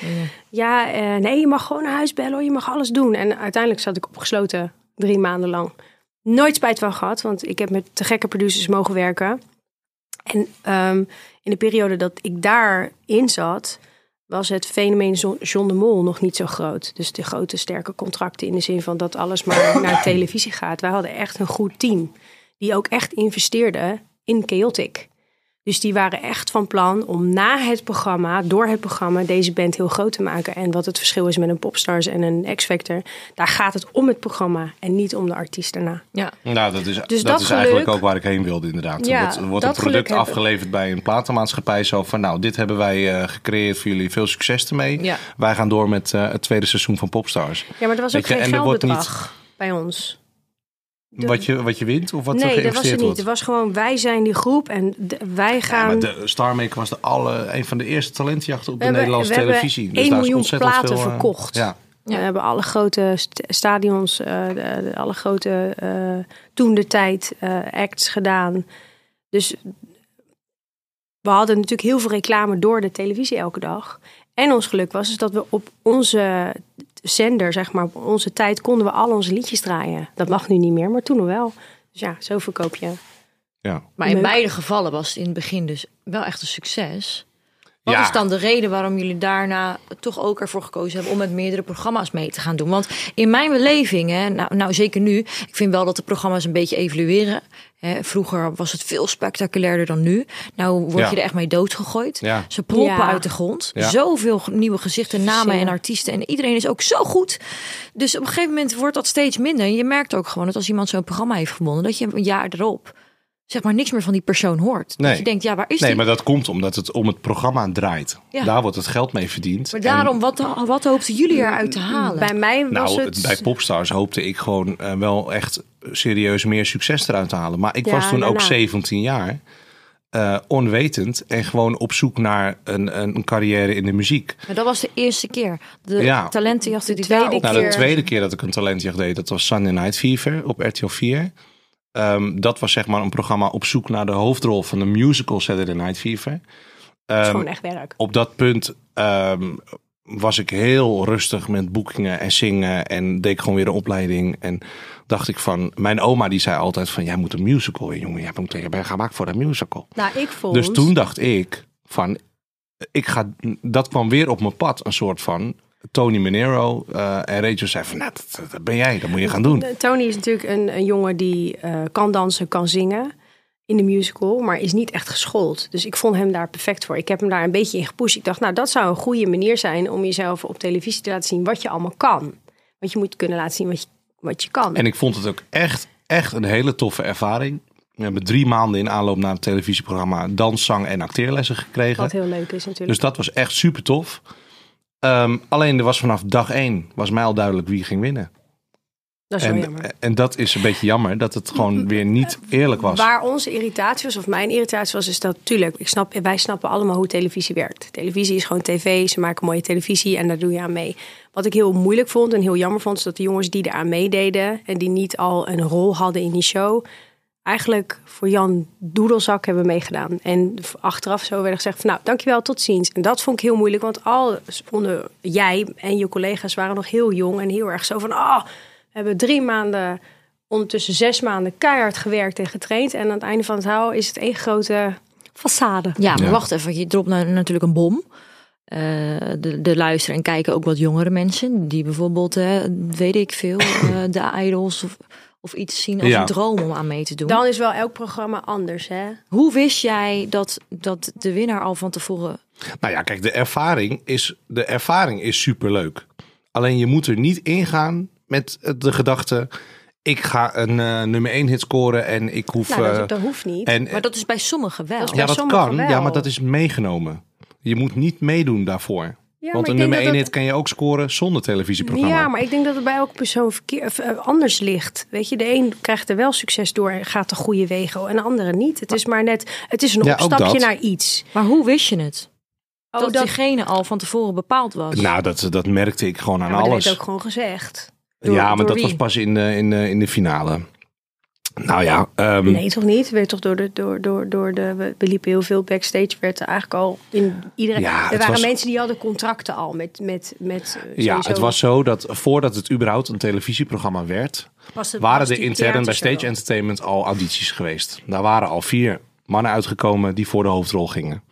Ja, eh, nee, je mag gewoon naar huis bellen hoor. Je mag alles doen. En uiteindelijk zat ik opgesloten drie maanden lang. Nooit spijt van gehad, want ik heb met te gekke producers mogen werken. En ehm, in de periode dat ik daarin zat, was het fenomeen Zon- John de Mol nog niet zo groot. Dus de grote sterke contracten in de zin van dat alles maar naar televisie gaat. Wij hadden echt een goed team die ook echt investeerde in Chaotic. Dus die waren echt van plan om na het programma, door het programma, deze band heel groot te maken. En wat het verschil is met een Popstars en een X-Factor, daar gaat het om het programma en niet om de artiest daarna.
Ja.
Nou, dat is, dat
dus dat
is
geluk-
eigenlijk ook waar ik heen wilde, inderdaad.
Ja,
Er wordt, er wordt
dat
een product
geluk hebben-
afgeleverd bij een platenmaatschappij. Zo van, nou, dit hebben wij eh, gecreëerd voor jullie. Veel succes ermee.
Ja.
Wij gaan door met eh, het tweede seizoen van Popstars.
Ja, maar er was ook
Weet je,
geen
en er wordt niet-
geldbedrag bij ons. De-
Wat je, wat je wint of wat er
nee, dat was
geïnvesteerd
het niet.
wordt.
Het was gewoon wij zijn die groep en d- wij
Ja,
gaan.
maar de Starmaker was de alle, een van de eerste talentjachten op de
Ehm, We hebben-
Nederlandse
we hebben
televisie. Dus
1
daar is
miljoen
ontzettend
platen
veel, eh,
verkocht.
Ja.
We hebben alle grote st- stadions, eh, de, de- alle grote eh, toen de tijd eh, acts gedaan. Dus we hadden natuurlijk heel veel reclame door de televisie elke dag. En ons geluk was is dat we op onze zender, zeg maar, op onze tijd konden we al onze liedjes draaien. Dat mag nu niet meer, maar toen nog wel. Dus ja, zo verkoop je.
Ja.
Maar in
Leuk.
beide gevallen was het in het begin dus wel echt een succes. Wat
Ja.
is dan de reden waarom jullie daarna toch ook ervoor gekozen hebben om met meerdere programma's mee te gaan doen? Want in mijn beleving, hè, nou, nou zeker nu, ik vind wel dat de programma's een beetje evolueren. Hè, vroeger was het veel spectaculairder dan nu. Nou word
Ja.
je er echt mee doodgegooid.
Ja.
Ze ploppen
Ja.
uit de grond.
Ja.
Zoveel g- nieuwe gezichten, namen en
Verzinnen.
artiesten. En iedereen is ook zo goed. Dus op een gegeven moment wordt dat steeds minder. En je merkt ook gewoon dat als iemand zo'n programma heeft gewonnen, dat je een jaar erop zeg maar niks meer van die persoon hoort.
Nee.
Dat je denkt, ja, waar is
Nee,
die?
maar dat komt omdat het om het programma draait.
Ja.
Daar wordt het geld mee verdiend.
Maar
En-
daarom, wat, wat hoopten jullie eruit te halen?
Bij mij was
Nou,
het.
bij Popstars hoopte ik gewoon eh, wel echt serieus meer succes eruit te halen. Maar ik
Ja,
was toen ook
daarna.
17 jaar, eh, onwetend en gewoon op zoek naar een, een carrière in de muziek.
Maar dat was de eerste keer. De
Ja.
talentenjachten die
tweede
daarop...
keer.
Nou, de tweede keer dat ik een talentjacht deed, dat was Sunday Night Fever op RTL 4. Ehm, dat was zeg maar een programma op zoek naar de hoofdrol van de musical Saturday Night Fever.
het is gewoon
ehm,
echt werk.
Op dat punt ehm, was ik heel rustig met boekingen en zingen. En deed ik gewoon weer een opleiding. En dacht ik van, mijn oma die zei altijd van, jij moet een musical in, jongen. Jij moet, je bent gemaakt voor een musical.
Nou, ik vond.
Dus toen dacht ik van, ik ga, dat kwam weer op mijn pad. Een soort van Tony Monero eh, en Rachel zei van, nou, dat, dat ben jij, dat moet je gaan doen.
Eh, Tony is natuurlijk een, een jongen die eh, kan dansen, kan zingen in de musical, maar is niet echt geschoold. Dus ik vond hem daar perfect voor. Ik heb hem daar een beetje in gepusht. Ik dacht, nou, dat zou een goede manier zijn om jezelf op televisie te laten zien wat je allemaal kan. Want je moet kunnen laten zien wat je, wat je kan.
En ik vond het ook echt, echt een hele toffe ervaring. We hebben drie maanden in aanloop naar het televisieprogramma dans, zang en acteerlessen gekregen.
wat heel leuk is natuurlijk.
Dus dat was echt super tof. Ehm, alleen er was vanaf dag één was mij al duidelijk wie ging winnen.
dat is wel
En,
jammer.
en dat is een beetje jammer dat het gewoon weer niet eerlijk was.
Waar onze irritatie was, of mijn irritatie was, is dat tuurlijk, ik snap, wij snappen allemaal hoe televisie werkt. Televisie is gewoon tv, ze maken mooie televisie en daar doe je aan mee. Wat ik heel moeilijk vond en heel jammer vond, is dat de jongens die eraan meededen en die niet al een rol hadden in die show, eigenlijk voor Jan Doedelzak hebben meegedaan. En achteraf zo werden gezegd van nou, dankjewel, tot ziens. En dat vond ik heel moeilijk, want al onder jij en je collega's waren nog heel jong en heel erg zo van ah, we hebben drie maanden, ondertussen zes maanden keihard gewerkt en getraind. En aan het einde van het haal is het één grote façade.
Ja, maar
Ja.
wacht even. Je dropt nou natuurlijk een bom. Eh, de, de luisteren en kijken ook wat jongere mensen. Die bijvoorbeeld, eh, weet ik veel, eh, de idols of, of iets zien als
Ja.
een droom om aan mee te doen.
Dan is wel elk programma anders, hè?
Hoe wist jij dat, dat de winnaar al van tevoren...
Nou ja, kijk, de ervaring is, de ervaring is superleuk. Alleen je moet er niet ingaan met het- de gedachte... ik ga een eh, nummer 1 hit scoren en ik hoef...
Nou, dat,
eh,
dat hoeft niet.
en,
Maar dat is bij sommigen wel.
Dat is
ja,
bij
dat
sommigen
kan.
wel.
Ja, maar dat is meegenomen. Je moet niet meedoen daarvoor. Want
Ja, maar
een
ik denk
nummer
dat
1
dat-
hit kan je ook scoren zonder televisieprogramma.
Ja, maar ik denk dat het bij elke persoon verkeer, of, eh, anders ligt. Weet je, de een krijgt er wel succes door en gaat de goede wegen, en de andere niet. Het is maar net, het is een
Ja, ook
opstapje
dat.
naar iets.
Maar hoe wist je het?
Oh,
dat,
dat,
diegene al van tevoren bepaald was.
Nou, dat, dat merkte ik gewoon aan
ja, maar dat
alles.
werd ook gewoon gezegd.
door-
ja, maar
door
dat
wie?
was pas in de, in, de, in de finale. Nou ja, ehm,
Nee, toch niet? Werd toch door de, door, door, door de, we- we liepen heel veel backstage, werd er eigenlijk al in iedereen.
Ja, het
er waren
was-
mensen die hadden contracten al met, met, met eh,
ja,
sowieso-
het was zo dat voordat het überhaupt een televisieprogramma werd,
was het-
waren
was
er
die
intern bij
theatershow.
Stage Entertainment al audities geweest. Daar waren al vier mannen uitgekomen die voor de hoofdrol gingen.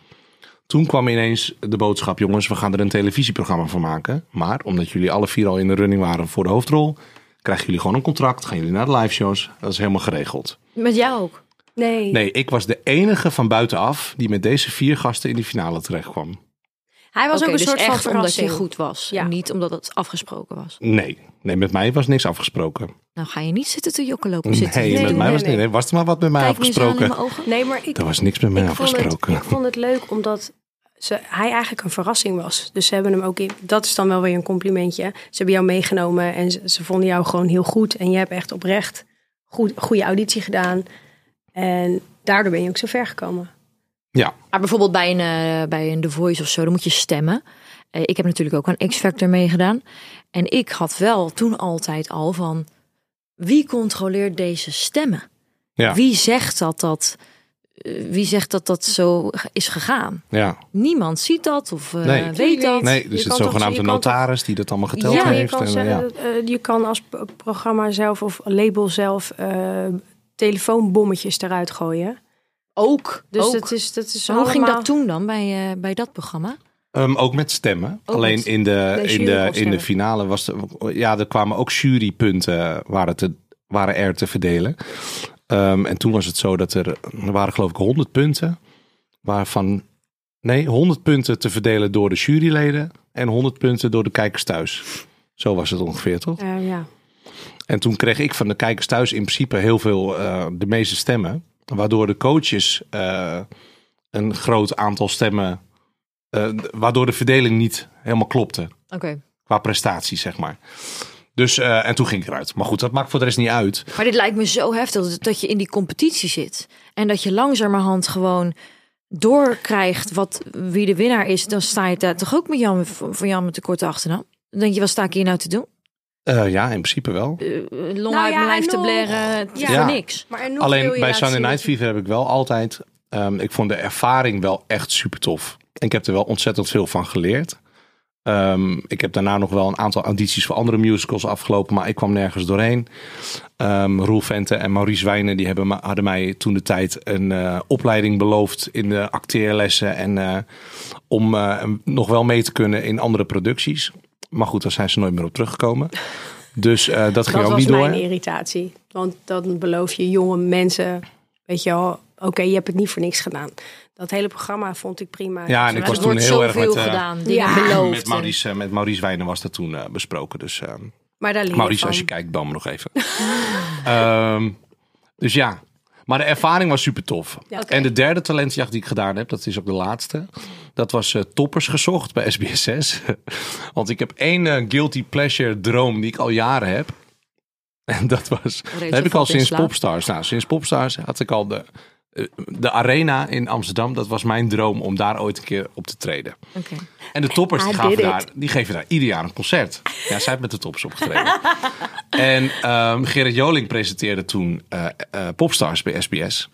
Toen kwam ineens de boodschap, jongens, we gaan er een televisieprogramma van maken. Maar omdat jullie alle vier al in de running waren voor de hoofdrol, krijgen jullie gewoon een contract, gaan jullie naar de live shows. Dat is helemaal geregeld.
Met jou ook.
Nee.
Nee, ik was de enige van buitenaf die met deze vier gasten in die finale terecht kwam.
Hij was
Oké,
ook een
dus
soort van
echt omdat je
verrassing.
goed was.
Ja.
En niet omdat het afgesproken was.
Nee, nee met mij was niks afgesproken.
Nou ga je niet zitten te jokken lopen
Nee,
zitten.
met
doen.
mij
Nee,
was,
nee.
niet, nee, was er maar wat met mij
Kijk me eens aan in
afgesproken.
mijn ogen.
Nee, maar ik,
Er was niks met mij
ik, vond het,
afgesproken.
ik vond het leuk omdat ze, hij eigenlijk een verrassing was. Dus ze hebben hem ook in. Dat is dan wel weer een complimentje. Ze hebben jou meegenomen en ze, ze vonden jou gewoon heel goed. En je hebt echt oprecht goed, goede auditie gedaan. En daardoor ben je ook zo ver gekomen.
Ja,
Maar bijvoorbeeld bij een, eh, bij een The Voice of zo, dan moet je stemmen. Eh, ik heb natuurlijk ook aan X-Factor meegedaan. En ik had wel toen altijd al van... Wie controleert deze stemmen?
ja,
Wie zegt dat dat... eh, Wie zegt dat dat zo is gegaan?
ja.
Niemand ziet dat of eh,
Nee.
weet dat.
Nee, dus
Je
het
kan toch-
zogenaamde
je kan toch-
notaris die dat allemaal geteld
Ja,
Ja, je
heeft.
kan,
en,
zeggen
ja.
dat, eh, je kan als p- programma zelf of label zelf eh, telefoonbommetjes eruit gooien.
Ook.
Dus
ook.
dat is, dat is
Maar Hoe ging
allemaal-
dat toen dan bij, eh, bij dat programma?
Ehm, ook met stemmen.
Ook
Alleen
met-
in, de,
Nee,
in, de,
jury kon
in de
stemmen.
finale was er, ja, er kwamen ook jurypunten waren, te, waren er te verdelen. Ehm, en toen was het zo dat er, er waren geloof ik 100 punten. Waarvan, nee, 100 punten te verdelen door de juryleden. En 100 punten door de kijkers thuis. Zo was het ongeveer, toch?
Eh, ja.
En toen kreeg ik van de kijkers thuis in principe heel veel, eh, de meeste stemmen. Waardoor de coaches eh, een groot aantal stemmen. eh, waardoor de verdeling niet helemaal klopte.
Oké.
Qua prestatie, zeg maar. Dus, eh, en toen ging ik eruit. Maar goed, dat maakt voor de rest niet uit.
Maar dit lijkt me zo heftig dat- dat je in die competitie zit. En dat je langzamerhand gewoon doorkrijgt wat, wie de winnaar is. Dan sta je daar toch ook met Jan van Jan met de korte achternaam. Dan denk je, wat sta ik hier nou te doen?
Eh, ja, in principe wel.
Eh, eh, Long
ja,
uit mijn lijf
en
te
nog-
blaren, t-
Ja.
voor niks.
Maar en nog wil
Alleen
je
bij
laten
Sunday
zien
Night
dat je-
Fever heb ik wel altijd. ehm, ik vond de ervaring wel echt super tof. Ik heb er wel ontzettend veel van geleerd. Ehm, ik heb daarna nog wel een aantal audities voor andere musicals afgelopen, maar ik kwam nergens doorheen. Ehm Roel Vente en Maurice Wijnen die hebben, me- hadden mij toen de tijd een eh, opleiding beloofd in de acteerlessen. En eh, om eh, nog wel mee te kunnen in andere producties. Maar goed, daar zijn ze nooit meer op teruggekomen. Dus eh, dat ging
Dat
ook
was
niet door.
mijn irritatie. Want dan beloof je jonge mensen, weet je wel, oké, je hebt het niet voor niks gedaan. Dat hele programma vond ik prima.
Ja, en ik
Maar
was
er
toen
wordt
heel erg
zoveel
met, eh,
gedaan, dingen
ja.
beloofd.
Met Maurice, eh, met Maurice Wijnen was dat toen eh, besproken. Dus eh,
Maar daar leer je
Maurice,
van.
als je kijkt, bel me nog even. Ehm, dus ja. Maar de ervaring was super tof. En de derde talentjacht die ik gedaan heb, dat is ook de laatste. Dat was eh, toppers gezocht bij SBS6. Want ik heb één eh, guilty pleasure droom die ik al jaren heb. En dat was. Dat heb ik al
Oh, valt in
sinds
slaap.
Popstars. Nou, sinds Popstars had ik al de, eh, de arena in Amsterdam. Dat was mijn droom om daar ooit een keer op te treden.
Oké.
En de toppers die
I
gaven
did it.
daar, die geven daar ieder jaar een concert. Ja, zij heeft met de toppers opgetreden. en ehm Gerrit Joling presenteerde toen eh, eh, Popstars bij SBS.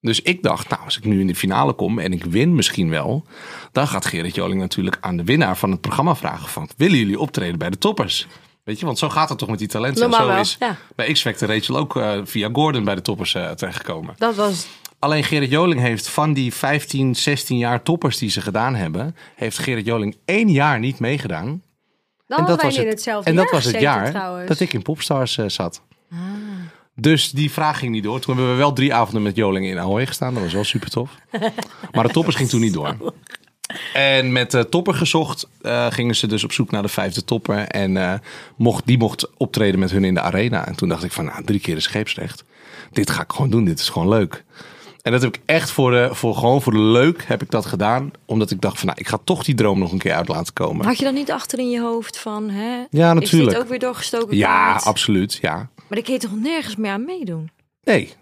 Dus ik dacht, nou, als ik nu in de finale kom en ik win misschien wel, dan gaat Gerrit Joling natuurlijk aan de winnaar van het programma vragen van, willen jullie optreden bij de toppers? Weet je, want zo gaat het toch met die talenten. En
Normaal
zo
wel,
is
ja.
bij X-Factor Rachel ook eh, via Gordon bij de toppers eh, terechtgekomen.
Dat was
Alleen Gerrit Joling heeft van die 15, 16 jaar toppers die ze gedaan hebben, heeft Gerrit Joling één jaar niet meegedaan.
dan hadden wij in hetzelfde
en dat
jaar
was het
gezeten
jaar
trouwens. Ah.
dat ik in Popstars eh, zat. Dus die vraag ging niet door. Toen hebben we wel drie avonden met Joling in Ahoy gestaan. Dat was wel super tof. Maar de toppers ging toen niet door. En met eh, topper gezocht eh, gingen ze dus op zoek naar de vijfde topper. En eh, mocht, die mocht optreden met hun in de arena. En toen dacht ik van, nou, drie keer de scheepsrecht. Dit ga ik gewoon doen. Dit is gewoon leuk. En dat heb ik echt voor de, voor, gewoon voor de leuk heb ik dat gedaan. Omdat ik dacht van, nou, ik ga toch die droom nog een keer uit laten komen.
Had je dan niet achter in je hoofd van, hè?
Ja,
Is
natuurlijk.
dit ook weer doorgestoken?
Ja,
kaart?
absoluut. Ja.
Maar ik heet toch nergens meer aan meedoen?
Nee.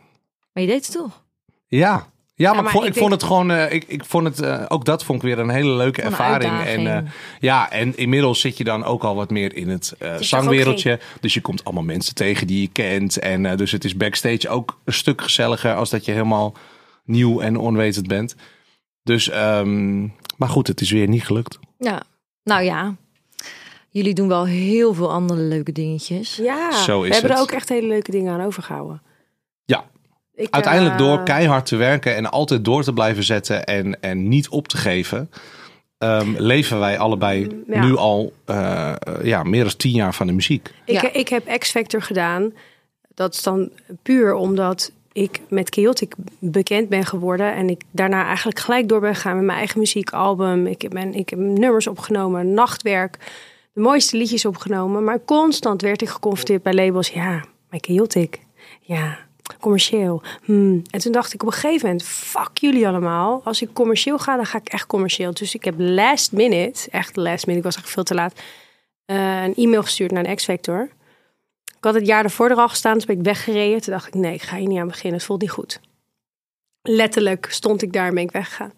Maar je deed het toch?
Ja. Ja, maar,
maar
ik, vond,
ik
ik
denk-
vond het gewoon, eh, ik, ik vond het, eh, ook dat vond ik weer een hele leuke
Wat een
ervaring. En
uitdaging.
eh, ja, en inmiddels zit je dan ook al wat meer in het eh,
toch ook
zangwereldje. Dus je komt allemaal mensen tegen die je kent. En eh, dus het is backstage ook een stuk gezelliger als dat je helemaal nieuw en onwetend bent. Dus, ehm, maar goed, het is weer niet gelukt.
Ja. Nou ja. Jullie doen wel heel veel andere leuke dingetjes.
Ja,
Zo is
we hebben
het.
er ook echt hele leuke dingen aan overgehouden.
Ja,
Ik,
Uiteindelijk
eh,
door keihard te werken en altijd door te blijven zetten en, en niet op te geven, ehm, leven wij allebei
Ja.
nu al eh, ja, meer dan tien jaar van de muziek.
Ik,
Ja.
ik heb X Factor gedaan. Dat is dan puur omdat ik met Chaotic bekend ben geworden. En ik daarna eigenlijk gelijk door ben gegaan met mijn eigen muziekalbum. Ik, ben, ik heb nummers opgenomen, nachtwerk, de mooiste liedjes opgenomen. Maar constant werd ik geconfronteerd bij labels. Ja, maar Chaotic. Ja, commercieel. Hmm. En toen dacht ik op een gegeven moment, fuck jullie allemaal. Als ik commercieel ga, dan ga ik echt commercieel. Dus ik heb last minute, echt last minute, ik was echt veel te laat, eh, een e-mail gestuurd naar de X-Factor. Ik had het jaar ervoor er al gestaan, dus ben ik weggereden. Toen dacht ik, nee, ik ga hier niet aan beginnen, het voelt niet goed. Letterlijk stond ik daar en ben ik weggegaan.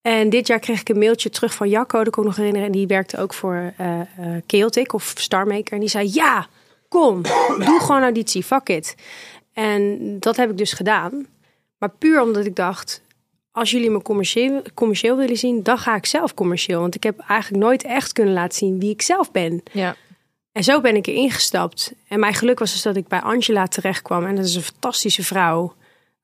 En dit jaar kreeg ik een mailtje terug van Jacco, dat kan ik nog herinneren. En die werkte ook voor eh eh, Chaotic of Starmaker. En die zei, ja, kom, doe gewoon auditie, fuck it. En dat heb ik dus gedaan. Maar puur omdat ik dacht, als jullie me commercieel, commercieel willen zien, dan ga ik zelf commercieel. Want ik heb eigenlijk nooit echt kunnen laten zien wie ik zelf ben.
Ja.
En zo ben ik erin gestapt. En mijn geluk was dus dat ik bij Angela terecht kwam. En dat is een fantastische vrouw.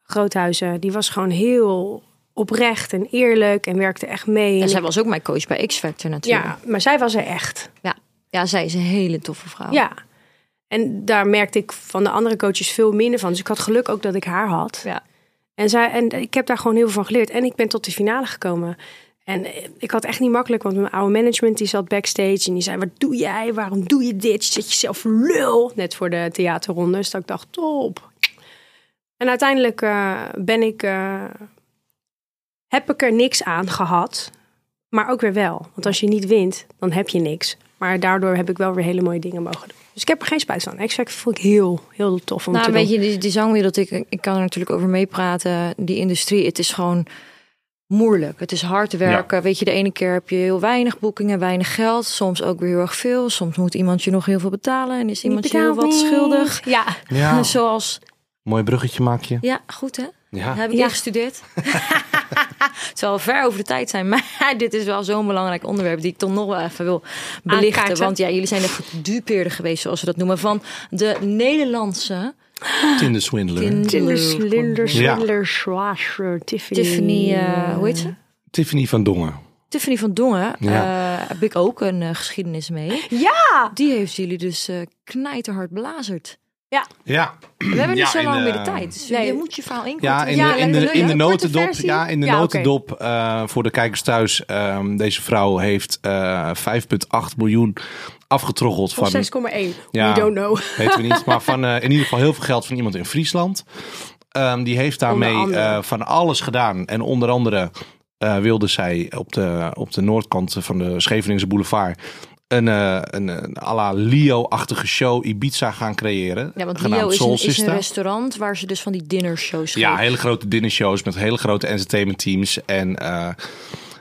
Groothuizen. Die was gewoon heel oprecht en eerlijk. En werkte echt mee.
En
En
zij was ook mijn coach bij X-Factor
ik-
natuurlijk.
ja, maar zij was er echt.
Ja. ja, zij is een hele toffe vrouw.
Ja. En daar merkte ik van de andere coaches veel minder van. Dus ik had geluk ook dat ik haar had.
Ja.
En, zij, en ik heb daar gewoon heel veel van geleerd. En ik ben tot de finale gekomen. En eh, ik had echt niet makkelijk, want mijn oude management die zat backstage en die zei: Wat doe jij? Waarom doe je dit? Je zet jezelf lul. Net voor de theaterronde. Dus dat ik dacht: top. En uiteindelijk eh, ben ik, eh, heb ik er niks aan gehad, maar ook weer wel. Want als je niet wint, dan heb je niks. Maar daardoor heb ik wel weer hele mooie dingen mogen doen. Dus ik heb er geen spijt van. X-Factor vond ik heel, heel tof om
Nou,
te
weet
doen.
je, die, die zangwereld, ik, ik kan er natuurlijk over meepraten. Die industrie, het is gewoon moeilijk. Het is hard werken. Weet je, de ene keer heb je heel weinig boekingen, weinig geld. Soms ook weer heel erg veel. Soms moet iemand je nog heel veel betalen en is iemand je heel wat schuldig.
Ja.
Ja.
Zoals,
Mooi bruggetje maak je.
ja, goed hè?
Ja.
Heb ik
Ja.
ja. gestudeerd? het zal ver over de tijd zijn, maar dit is wel zo'n belangrijk onderwerp die ik toch nog wel even wil belichten.
Aankaarten.
Want ja, jullie zijn de gedupeerden geweest, zoals we dat noemen, van de Nederlandse
Tinder swindler.
Tinders, Linders,
Ja.
Linders, Schwager, Tiffany.
Tiffany, eh, hoe heet ze?
Tiffany van Dongen.
Tiffany van Dongen,
Ja.
eh, heb ik ook een eh, geschiedenis mee.
Ja!
Die heeft jullie dus eh knijterhard belazerd.
Ja.
We hebben
Ja,
niet zo
in
lang
de-
meer de tijd. Dus
Nee.
je moet je verhaal inkorten.
Ja, in de, in
lekker
de, in de
leuk.
notendop,
Korte versie.
ja, in de
Ja, oké.
notendop eh, voor de kijkers thuis. ehm, deze vrouw heeft eh 5,8 miljoen afgetroggeld
Of
van
6,1.
Ja.
We don't know.
Weten we niet. Maar van, eh, in ieder geval heel veel geld van iemand in Friesland. Ehm, die heeft daarmee
Onder andere.
eh, van alles gedaan. En onder andere eh, wilde zij op de, op de noordkant van de Scheveningse boulevard... een, eh een, een à la Leo-achtige show Ibiza gaan creëren.
Ja, want
genaamd
Leo is
Soul
een, is een
Sister.
restaurant waar ze dus van die dinnershows
Ja,
geven.
hele grote dinnershows met hele grote entertainmentteams. En eh,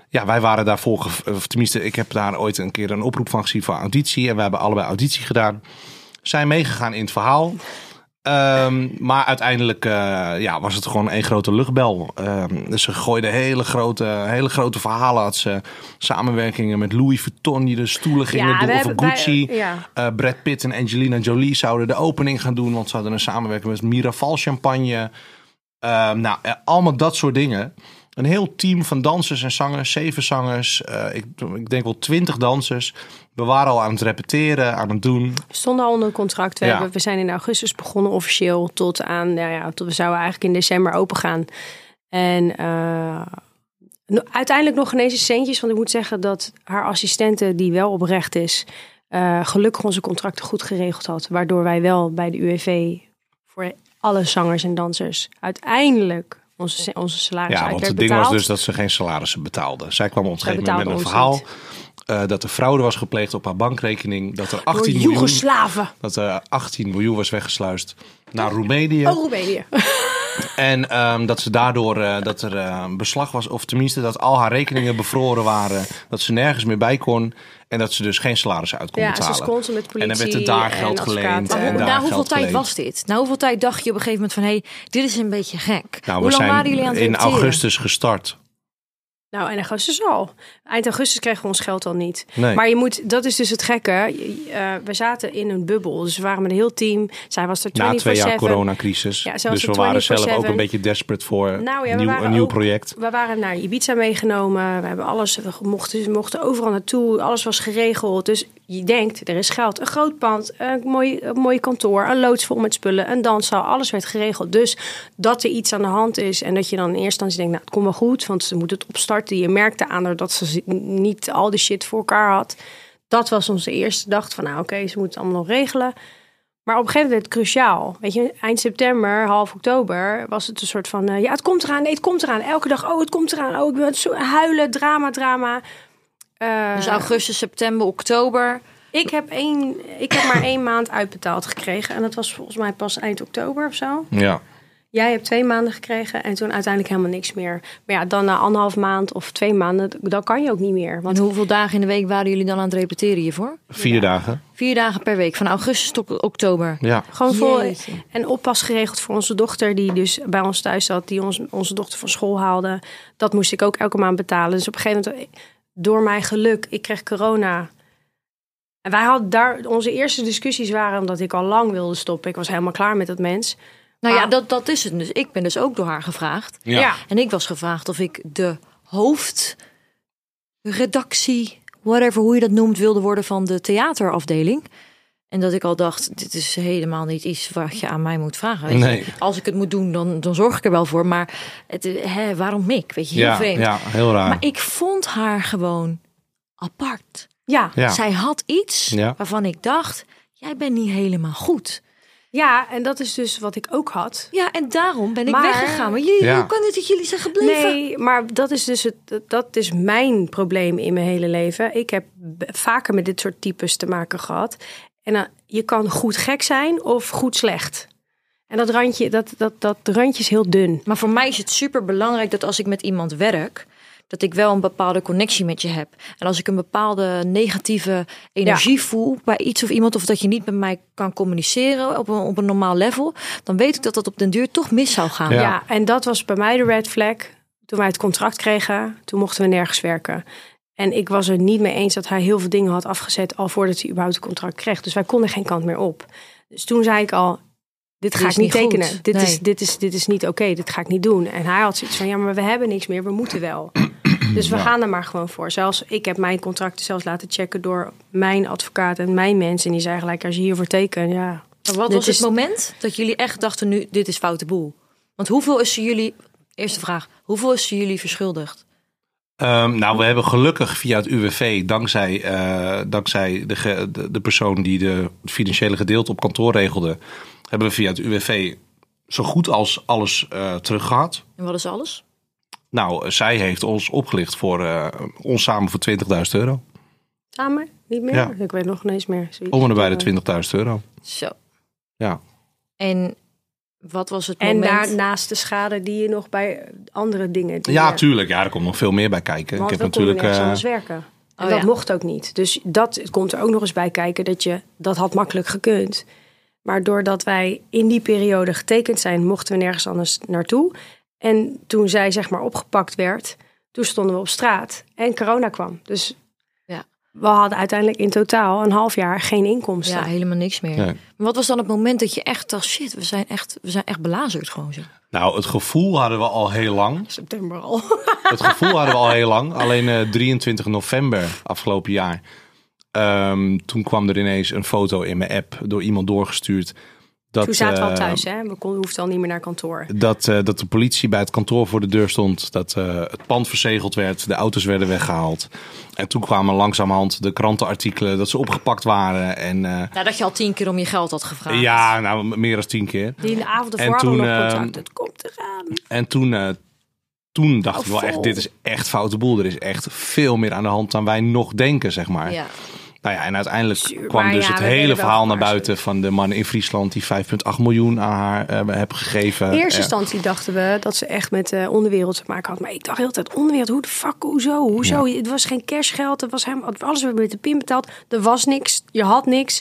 ja, wij waren daarvoor, gev- of tenminste, ik heb daar ooit een keer een oproep van gezien voor auditie. En we hebben allebei auditie gedaan. Zijn meegegaan in het verhaal. Ehm, maar uiteindelijk eh, ja, was het gewoon één grote luchtbel. Ehm, dus ze gooide hele grote, hele grote verhalen. Had ze samenwerkingen met Louis Vuitton, die de stoelen gingen
we
doen. Of
hebben- wij-
Gucci.
ja.
Eh, Brad Pitt en Angelina Jolie zouden de opening gaan doen. Want ze hadden een samenwerking met Miraval Champagne. Ehm, nou, eh, allemaal dat soort dingen. Een heel team van dansers en zangers, zeven zangers. eh, ik, ik denk wel twintig dansers. We waren al aan het repeteren, aan het doen.
We stonden al onder contract. We,
Ja.
hebben, we zijn in augustus begonnen officieel tot aan... Nou ja, tot, we zouden eigenlijk in december open gaan. En eh, no- uiteindelijk nog geen eens een centjes. Want ik moet zeggen dat haar assistente, die wel oprecht is... eh, gelukkig onze contracten goed geregeld had. Waardoor wij wel bij de UWV voor alle zangers en dansers... uiteindelijk onze, onze salaris
Ja,
uit
want
werd
het ding was
betaald.
dus dat ze geen salarissen betaalde. Zij kwam op een gegeven moment met een
betaalden
verhaal
ons
eh, dat er fraude was gepleegd op haar bankrekening. Dat er
Door
18 miljoen,
Joegoslaven.
dat er 18 miljoen was weggesluist naar Roemenië.
Oh, Roemenië.
En ehm, dat ze daardoor eh, dat er eh, een beslag was, of tenminste dat al haar rekeningen bevroren waren, dat ze nergens meer bij kon en dat ze dus geen salaris uit kon
Ja, ze
betalen.
is consul met
en dan werd er
politie
daar
en
geld
advocaat.
geleend.
Maar
en
Maar hoe-
daar
na
geld
hoeveel tijd
geleend.
was dit? Na hoeveel tijd dacht je op een gegeven moment van... hé, dit is een beetje gek.
Nou,
hoe
we
lang
zijn
waren jullie aan het
in
repeteren?
augustus gestart.
Nou, en augustus al. Eind augustus kregen we ons geld al niet.
Nee.
Maar je moet, dat is dus het gekke. Je- je, eh, we zaten in een bubbel. Dus we waren met een heel team. Zij was er 24-7.
Na twee jaar coronacrisis.
Ja, zelfs
dus we
de
waren zelf ook
24/7.
een beetje desperate voor
Nou ja,
een
we
nieuw,
waren
een nieuw
ook-
project.
We waren naar Ibiza meegenomen. We hebben alles, we mochten, we mochten overal naartoe. Alles was geregeld. Dus je denkt, er is geld, een groot pand, een mooi, een mooi kantoor, een loods vol met spullen, een danszaal, alles werd geregeld. Dus dat er iets aan de hand is en dat je dan in eerste instantie denkt, nou het komt wel goed, want ze moeten het opstarten. Je merkte aan haar dat ze niet al die shit voor elkaar had. Dat was onze eerste dag van, nou oké, okay, ze moeten het allemaal nog regelen. Maar op een gegeven moment werd het cruciaal. Weet je, eind september, half oktober, was het een soort van... Uh, ja, het komt eraan, nee, het komt eraan. Elke dag, oh, het komt eraan. Oh, ik ben zo huilen, drama, drama. Eh,
Uh, dus augustus, september, oktober.
Ik heb, één, ik heb maar één maand uitbetaald gekregen. En dat was volgens mij pas eind oktober of zo.
Ja.
Jij hebt twee maanden gekregen en toen uiteindelijk helemaal niks meer. Maar ja, dan na anderhalf maand of twee maanden, dan kan je ook niet meer.
Want en hoeveel dagen in de week waren jullie dan aan het repeteren hiervoor?
Vier ja. dagen.
Vier dagen per week, van augustus tot oktober.
Ja.
Gewoon vol. En oppas geregeld voor onze dochter, die dus bij ons thuis zat, die ons, onze dochter van school haalde. Dat moest ik ook elke maand betalen. Dus op een gegeven moment, door mijn geluk, ik kreeg corona. En wij hadden daar, onze eerste discussies waren omdat ik al lang wilde stoppen. Ik was helemaal klaar met dat mens.
Nou ja, dat, dat is het. Dus ik ben dus ook door haar gevraagd.
Ja. ja.
En ik was gevraagd of ik de hoofdredactie, whatever hoe je dat noemt, wilde worden van de theaterafdeling. En dat ik al dacht, dit is helemaal niet iets wat je aan mij moet vragen. Weet je.
Nee.
Als ik het moet doen, dan, dan zorg ik er wel voor. Maar het, hè, waarom ik? Weet je, heel
ja,
vreemd.
Ja, heel raar.
Maar ik vond haar gewoon apart.
Ja.
Ja.
Zij had iets
Ja.
waarvan ik dacht, jij bent niet helemaal goed.
Ja, en dat is dus wat ik ook had.
Ja, en daarom ben ik
Maar-
weggegaan. Maar jullie,
Ja.
hoe kan het dat jullie zijn gebleven?
Nee, maar dat is dus het, dat is mijn probleem in mijn hele leven. Ik heb b- vaker met dit soort types te maken gehad. En dan, je kan goed gek zijn of goed slecht. En dat randje, dat, dat, dat randje is heel dun.
Maar voor mij is het super belangrijk dat als ik met iemand werk, dat ik wel een bepaalde connectie met je heb. En als ik een bepaalde negatieve energie voel bij iets of iemand, of dat je niet met mij kan communiceren op een, op een normaal level, dan weet ik dat dat op den duur toch mis zou gaan.
Ja.
Ja. en dat was bij mij de red flag. Toen wij het contract kregen, toen mochten we nergens werken. En ik was er niet mee eens dat hij heel veel dingen had afgezet al voordat hij überhaupt het contract kreeg. Dus wij konden geen kant meer op. Dus toen zei ik al, dit ga
is
ik niet
niet goed.
tekenen. Dit,
Nee.
is, dit, is, dit is niet oké, dit ga ik niet doen. En hij had zoiets van, ja, maar we hebben niks meer, we moeten wel. Dus we gaan er maar gewoon voor. Zelfs ik heb mijn contracten zelfs laten checken door mijn advocaat en mijn mensen. En die zei gelijk, als je hiervoor tekent, ja.
Maar wat
dit
was
is-
het moment dat jullie echt dachten, nu, dit is foute boel? Want hoeveel is ze jullie, eerste vraag, hoeveel is ze jullie verschuldigd?
Ehm, nou, we hebben gelukkig via het UWV, dankzij, eh, dankzij de, ge- de, de persoon die de, het financiële gedeelte op kantoor regelde, hebben we via het UWV zo goed als alles eh terug gehad.
En wat is alles?
Nou, eh, zij heeft ons opgelicht voor eh, ons samen voor 20.000 euro.
Samen? Niet meer?
Ja.
Ik weet nog niet eens meer. Zoiets.
Om en nabij de 20.000 euro.
Zo.
Ja.
En wat was het
En
moment?
daarnaast de schade die je nog bij andere dingen. die
Ja,
je-
tuurlijk. Ja, er komt nog veel meer bij kijken.
Want
ik heb
we konden
natuurlijk.
nergens
eh,
anders werken. En
Oh
dat
ja.
mocht ook niet. Dus dat komt er ook nog eens bij kijken dat je dat had makkelijk gekund. Maar doordat wij in die periode getekend zijn, mochten we nergens anders naartoe. En toen zij zeg maar opgepakt werd, toen stonden we op straat en corona kwam. Dus
Ja.
we hadden uiteindelijk in totaal een half jaar geen inkomsten.
Ja, helemaal niks meer.
Nee.
Maar wat was dan het moment dat je echt dacht, shit, we zijn echt, we zijn echt belazerd gewoon zo.
nou, het gevoel hadden we al heel lang.
September al.
Het gevoel hadden we al heel lang. Alleen eh, 23 november afgelopen jaar. ehm, toen kwam er ineens een foto in mijn app door iemand doorgestuurd. Dat,
Toen zaten we al
eh,
thuis, hè? We kon, hoefden al niet meer naar kantoor.
Dat, eh, dat de politie bij het kantoor voor de deur stond. Dat eh, het pand verzegeld werd. De auto's werden weggehaald. En toen kwamen langzamerhand de krantenartikelen dat ze opgepakt waren. En eh,
Nadat je al tien keer om je geld had gevraagd.
ja, nou, meer dan tien keer.
Die de avond
En
ervoor hadden we
toen,
nog
ehm,
contact. Het komt eraan.
En toen, eh, toen dacht
Oh,
ik wel echt,
vol.
dit is echt foute boel. Er is echt veel meer aan de hand dan wij nog denken, zeg maar.
Ja.
Nou ja, en uiteindelijk
Zuur,
kwam
maar
dus
ja,
het
we werden
hele
wel
verhaal naar
gewaarschuwd.
buiten van de man in Friesland die 5,8 miljoen aan haar eh, heb gegeven.
In eerste
Ja.
instantie dachten we dat ze echt met de onderwereld te maken had. Maar ik dacht de hele tijd, onderwereld, hoe de fuck, hoezo? Hoezo? Het was geen cashgeld, het was helemaal, het- alles werd met de pin betaald. Er was niks, je had niks.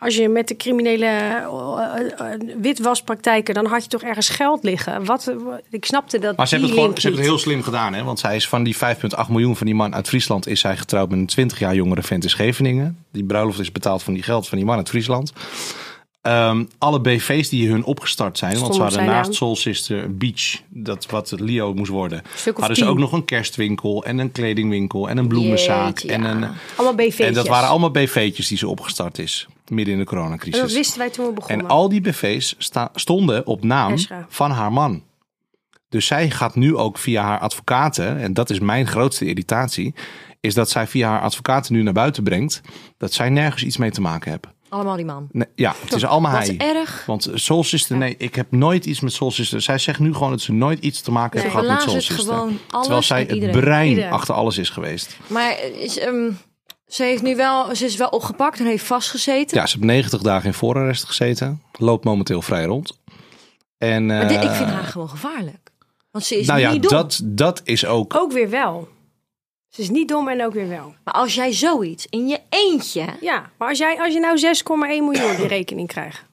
Als je met de criminele eh, eh, eh, witwaspraktijken, dan had je toch ergens geld liggen. Wat, eh, wa- ik snapte dat
Maar ze hebben,
die
het gewoon,
link
ze hebben het
niet.
heel slim gedaan, hè? Want zij is van die 5,8 miljoen van die man uit Friesland is zij getrouwd met een 20 jaar jongere vent in Scheveningen. Die bruiloft is betaald van die geld van die man uit Friesland. Ehm, Ehm, alle BV's die hun opgestart zijn, want
Stonden
ze
op
hadden
zijn
naast
naam.
Soul Sister Beach, dat wat het Leo moest worden,
stuk of
hadden ze
tien.
ook nog een kerstwinkel en een kledingwinkel en een bloemenzaak.
Jeetje,
en,
ja.
een,
Allemaal BV'tjes.
en dat waren allemaal BV'tjes die ze opgestart is, midden in de coronacrisis.
En dat wisten wij toen we begonnen.
En al die BV's sta- stonden op naam
Ezra.
van haar man. Dus zij gaat nu ook via haar advocaten, en dat is mijn grootste irritatie, is dat zij via haar advocaten nu naar buiten brengt dat zij nergens iets mee te maken hebben.
Allemaal die man.
Nee, ja, het is allemaal
Wat
hij.
erg.
Want Soul Sister, nee, ik heb nooit iets met Soul Sister. Zij zegt nu gewoon dat ze nooit iets te maken heeft
Nee.
gehad met Soul
Verlaat het
Sister.
gewoon alles
Terwijl zij
en
het
iedereen.
brein
Ieder.
achter alles is geweest.
Maar is, ehm, ze, heeft nu wel, ze is wel opgepakt en heeft vastgezeten.
Ja, ze heeft 90 dagen in voorarrest gezeten. Loopt momenteel vrij rond. En,
Maar dit-
eh,
ik vind haar gewoon gevaarlijk. Want ze is
nou ja,
niet dom. Oh.
dat, dat is ook.
Ook weer wel. Ze is niet dom en ook weer wel.
Maar als jij zoiets in je eentje...
Ja, maar als, jij, als je nou 6,1 miljoen op je rekening krijgt. En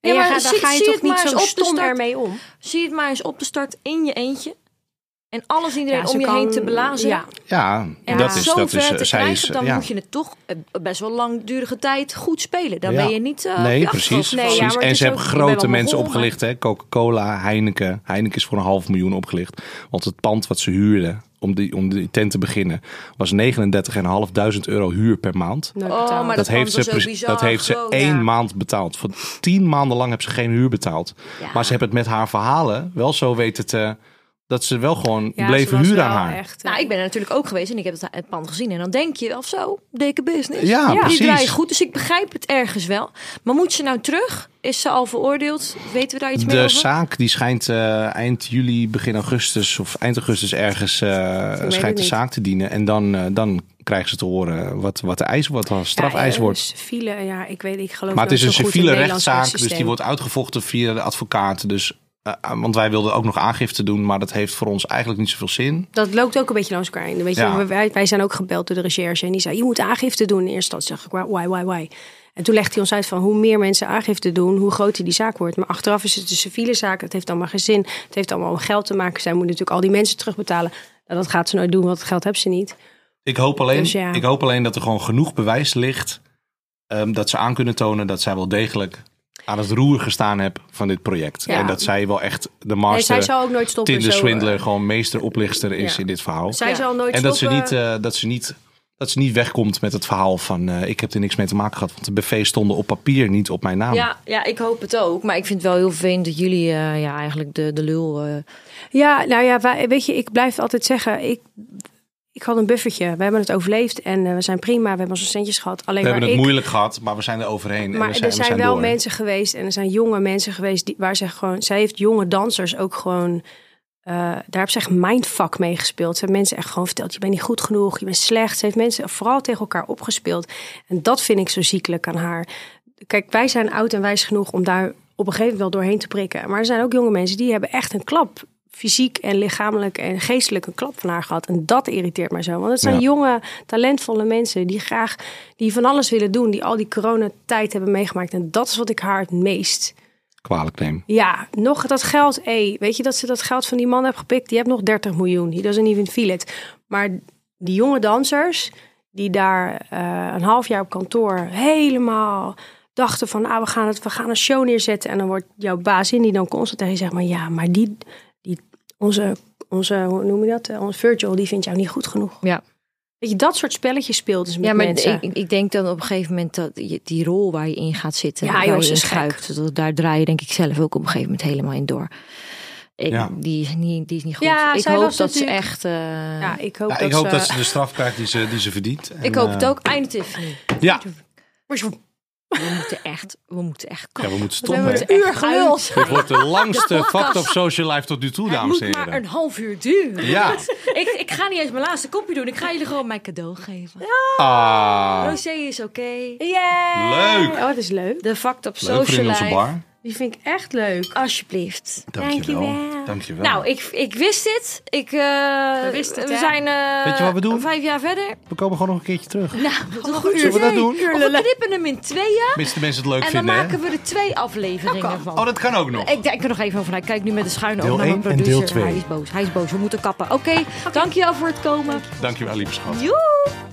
Ja,
jij
maar
gaat, dan
zie-
ga je
zie
toch
het
niet
maar
zo
eens op dus de
stom
start.
ermee om?
Zie het maar eens op te starten in je eentje. En alles en iedereen
Ja, ze
om je
kan-
heen te blazen.
Ja.
Ja, dat is.
zo
Dat
ver
is
te
eh, zij
krijgen,
is
dan
ja.
moet je het toch eh, best wel langdurige tijd goed spelen. Dan
Ja.
ben je niet... eh, op je
nee, precies.
achterhoofd
Nee,
precies.
ja, maar het
en
is
ze hebben
ook- ik ben wel
grote mensen
begonnen.
opgelicht. hè. Coca-Cola, Heineken. Heineken is voor een half miljoen opgelicht. Want het pand wat ze huurden om die, om die tent te beginnen... was 39.500 euro huur per maand.
Nooit
Oh,
betaald.
maar dat
dat,
pand
heeft ze,
was ook
pre-
bizar
dat heeft ze
groot,
één
ja.
maand betaald. Voor tien maanden lang hebben ze geen huur betaald.
Ja.
Maar ze hebben het met haar verhalen wel zo weten te... dat ze wel gewoon
Ja, ze
bleven
was
huren aan
wel
haar.
echt, eh,
Nou, ik ben er natuurlijk ook geweest en ik heb het, het pand gezien. En dan denk je, of zo, dikke business.
Ja,
Die
precies.
draait goed, dus ik begrijp het ergens wel. Maar moet ze nou terug? Is ze al veroordeeld? Weten we daar iets meer
De
over?
zaak die schijnt eh, eind juli, begin augustus of eind augustus ergens eh,
het
schijnt de
niet.
zaak te dienen. En dan, eh, dan krijgen ze te horen wat, wat de eis wordt, wat de strafeis
ja,
wordt.
een civiele, dus ja, ik weet, ik geloof
Maar het
dat
is een
zo goed in
civiele
het Nederlandse
rechtszaak, dus die
systeem.
wordt uitgevochten via de advocaat. Dus, eh, want wij wilden ook nog aangifte doen, maar dat heeft voor ons eigenlijk niet zoveel zin.
Dat loopt ook een beetje langs elkaar in. Weet je,
Ja.
wij, wij zijn ook gebeld door de recherche. En die zei, je moet aangifte doen. In eerste instantie zag ik, why, why, why? En toen legde hij ons uit van hoe meer mensen aangifte doen, hoe groter die zaak wordt. Maar achteraf is het dus een civiele zaak. Het heeft allemaal geen zin. Het heeft allemaal om geld te maken. Zij moeten natuurlijk al die mensen terugbetalen. Nou, dat gaat ze nooit doen, want het geld hebben ze niet.
Ik hoop alleen,
Dus ja.
ik hoop alleen dat er gewoon genoeg bewijs ligt ehm, dat ze aan kunnen tonen dat zij wel degelijk aan het roer gestaan hebben van dit project.
Ja.
En dat zij wel echt de
Nee,
master...
zij zal ook nooit stoppen.
Tinder
zo, eh,
swindler gewoon meester oplichter is
Ja.
in dit verhaal.
Zij
Ja.
zal nooit
En dat ze,
stoppen.
niet, eh, dat, ze niet, dat ze niet wegkomt met het verhaal van eh, ik heb er niks mee te maken gehad. Want de BV's stonden op papier niet op mijn naam.
Ja, ja, ik hoop het ook. Maar ik vind het wel heel vervelend dat jullie eh, ja, eigenlijk de, de lul... eh,
Ja, nou ja, wij- weet je, ik blijf altijd zeggen, ik, ik had een buffertje. We hebben het overleefd en eh, we zijn prima. We hebben onze centjes gehad. Alleen
We hebben
maar
het
ik,
moeilijk gehad, maar we zijn er overheen. en
Maar
we zijn,
er zijn,
we zijn
wel
door.
mensen geweest en er zijn jonge mensen geweest die, waar ze gewoon, zij heeft jonge dansers ook gewoon, eh, daar heb ze echt mindfuck mee gespeeld. Ze hebben mensen echt gewoon verteld, je bent niet goed genoeg, je bent slecht. Ze heeft mensen vooral tegen elkaar opgespeeld. En dat vind ik zo ziekelijk aan haar. Kijk, wij zijn oud en wijs genoeg om daar op een gegeven moment wel doorheen te prikken. Maar er zijn ook jonge mensen die hebben echt een klap. Fysiek en lichamelijk en geestelijk een klap van haar gehad. En dat irriteert mij zo. Want het zijn
Ja.
jonge, talentvolle mensen die graag, die van alles willen doen. Die al die coronatijd hebben meegemaakt. En dat is wat ik haar het meest
kwalijk nemen.
ja, nog dat geld. Hé, weet je dat ze dat geld van die man hebben gepikt? Die heeft nog 30 miljoen. Die doesn't even feel it. Maar die jonge dansers, die daar eh, een half jaar op kantoor helemaal dachten van... Ah, we, gaan het, we gaan een show neerzetten. En dan wordt jouw baas in die dan constant tegen je zegt... Maar ja, maar die, die onze, onze, hoe noem je dat? Eh, Onze virtual, die vindt jou niet goed genoeg.
ja.
Weet je, dat soort spelletjes speelt dus met
ja, maar
mensen.
ik, ik denk dan op een gegeven moment dat je, die rol waar je in gaat zitten...
Ja,
waar
joh,
je
ze
in
is gek.
schuift, dat, daar draai je denk ik zelf ook op een gegeven moment helemaal in door. Ik,
Ja.
die, is niet, die is niet goed.
Ja,
ik
zij
hoop
was
dat ze
natuurlijk-
echt... eh,
ja, ik hoop,
Ja,
dat,
ik hoop
ze,
dat ze de straf krijgt die ze, die ze verdient. En,
ik hoop
eh,
het ook. Einde Tiffany.
Ja.
We moeten echt, we moeten echt
ja,
kappen.
we moeten
We
stoppen.
hebben
hè.
een uur geluld.
Dit wordt de langste Fact of Social Life tot nu toe,
Het
dames
moet
en
maar een
heren.
half uur duren.
Ja.
Ik, ik ga niet eens mijn laatste kopje doen. Ik ga jullie gewoon mijn cadeau geven.
Ah,
Rosé is oké.
leuk.
Oh, dat is leuk.
De Fact op
Leuk voor
Social
in onze
Life.
bar.
Die vind ik echt leuk.
Alsjeblieft.
Dankjewel.
Dankjewel.
Dankjewel.
Nou, ik, ik wist dit. Ik, eh, we
wisten het, hè?
zijn eh,
Weet je wat we doen?
vijf jaar verder.
We komen gewoon nog een keertje terug.
Nou, dat is een goed
Zullen we dat
idee.
doen?
Of we knippen hem in tweeën.
Mits de mensen het leuk
En dan
vinden. hè?
maken we er twee afleveringen van.
Oh, dat kan ook nog.
Ik denk er nog even over na. Ik kijk nu met de schuine
Deel
oog naar mijn
één en deel
producer.
twee.
Hij is boos. Hij is boos. We moeten kappen. Oké, dankjewel voor het komen.
Dankjewel, lieve schat.
Joe!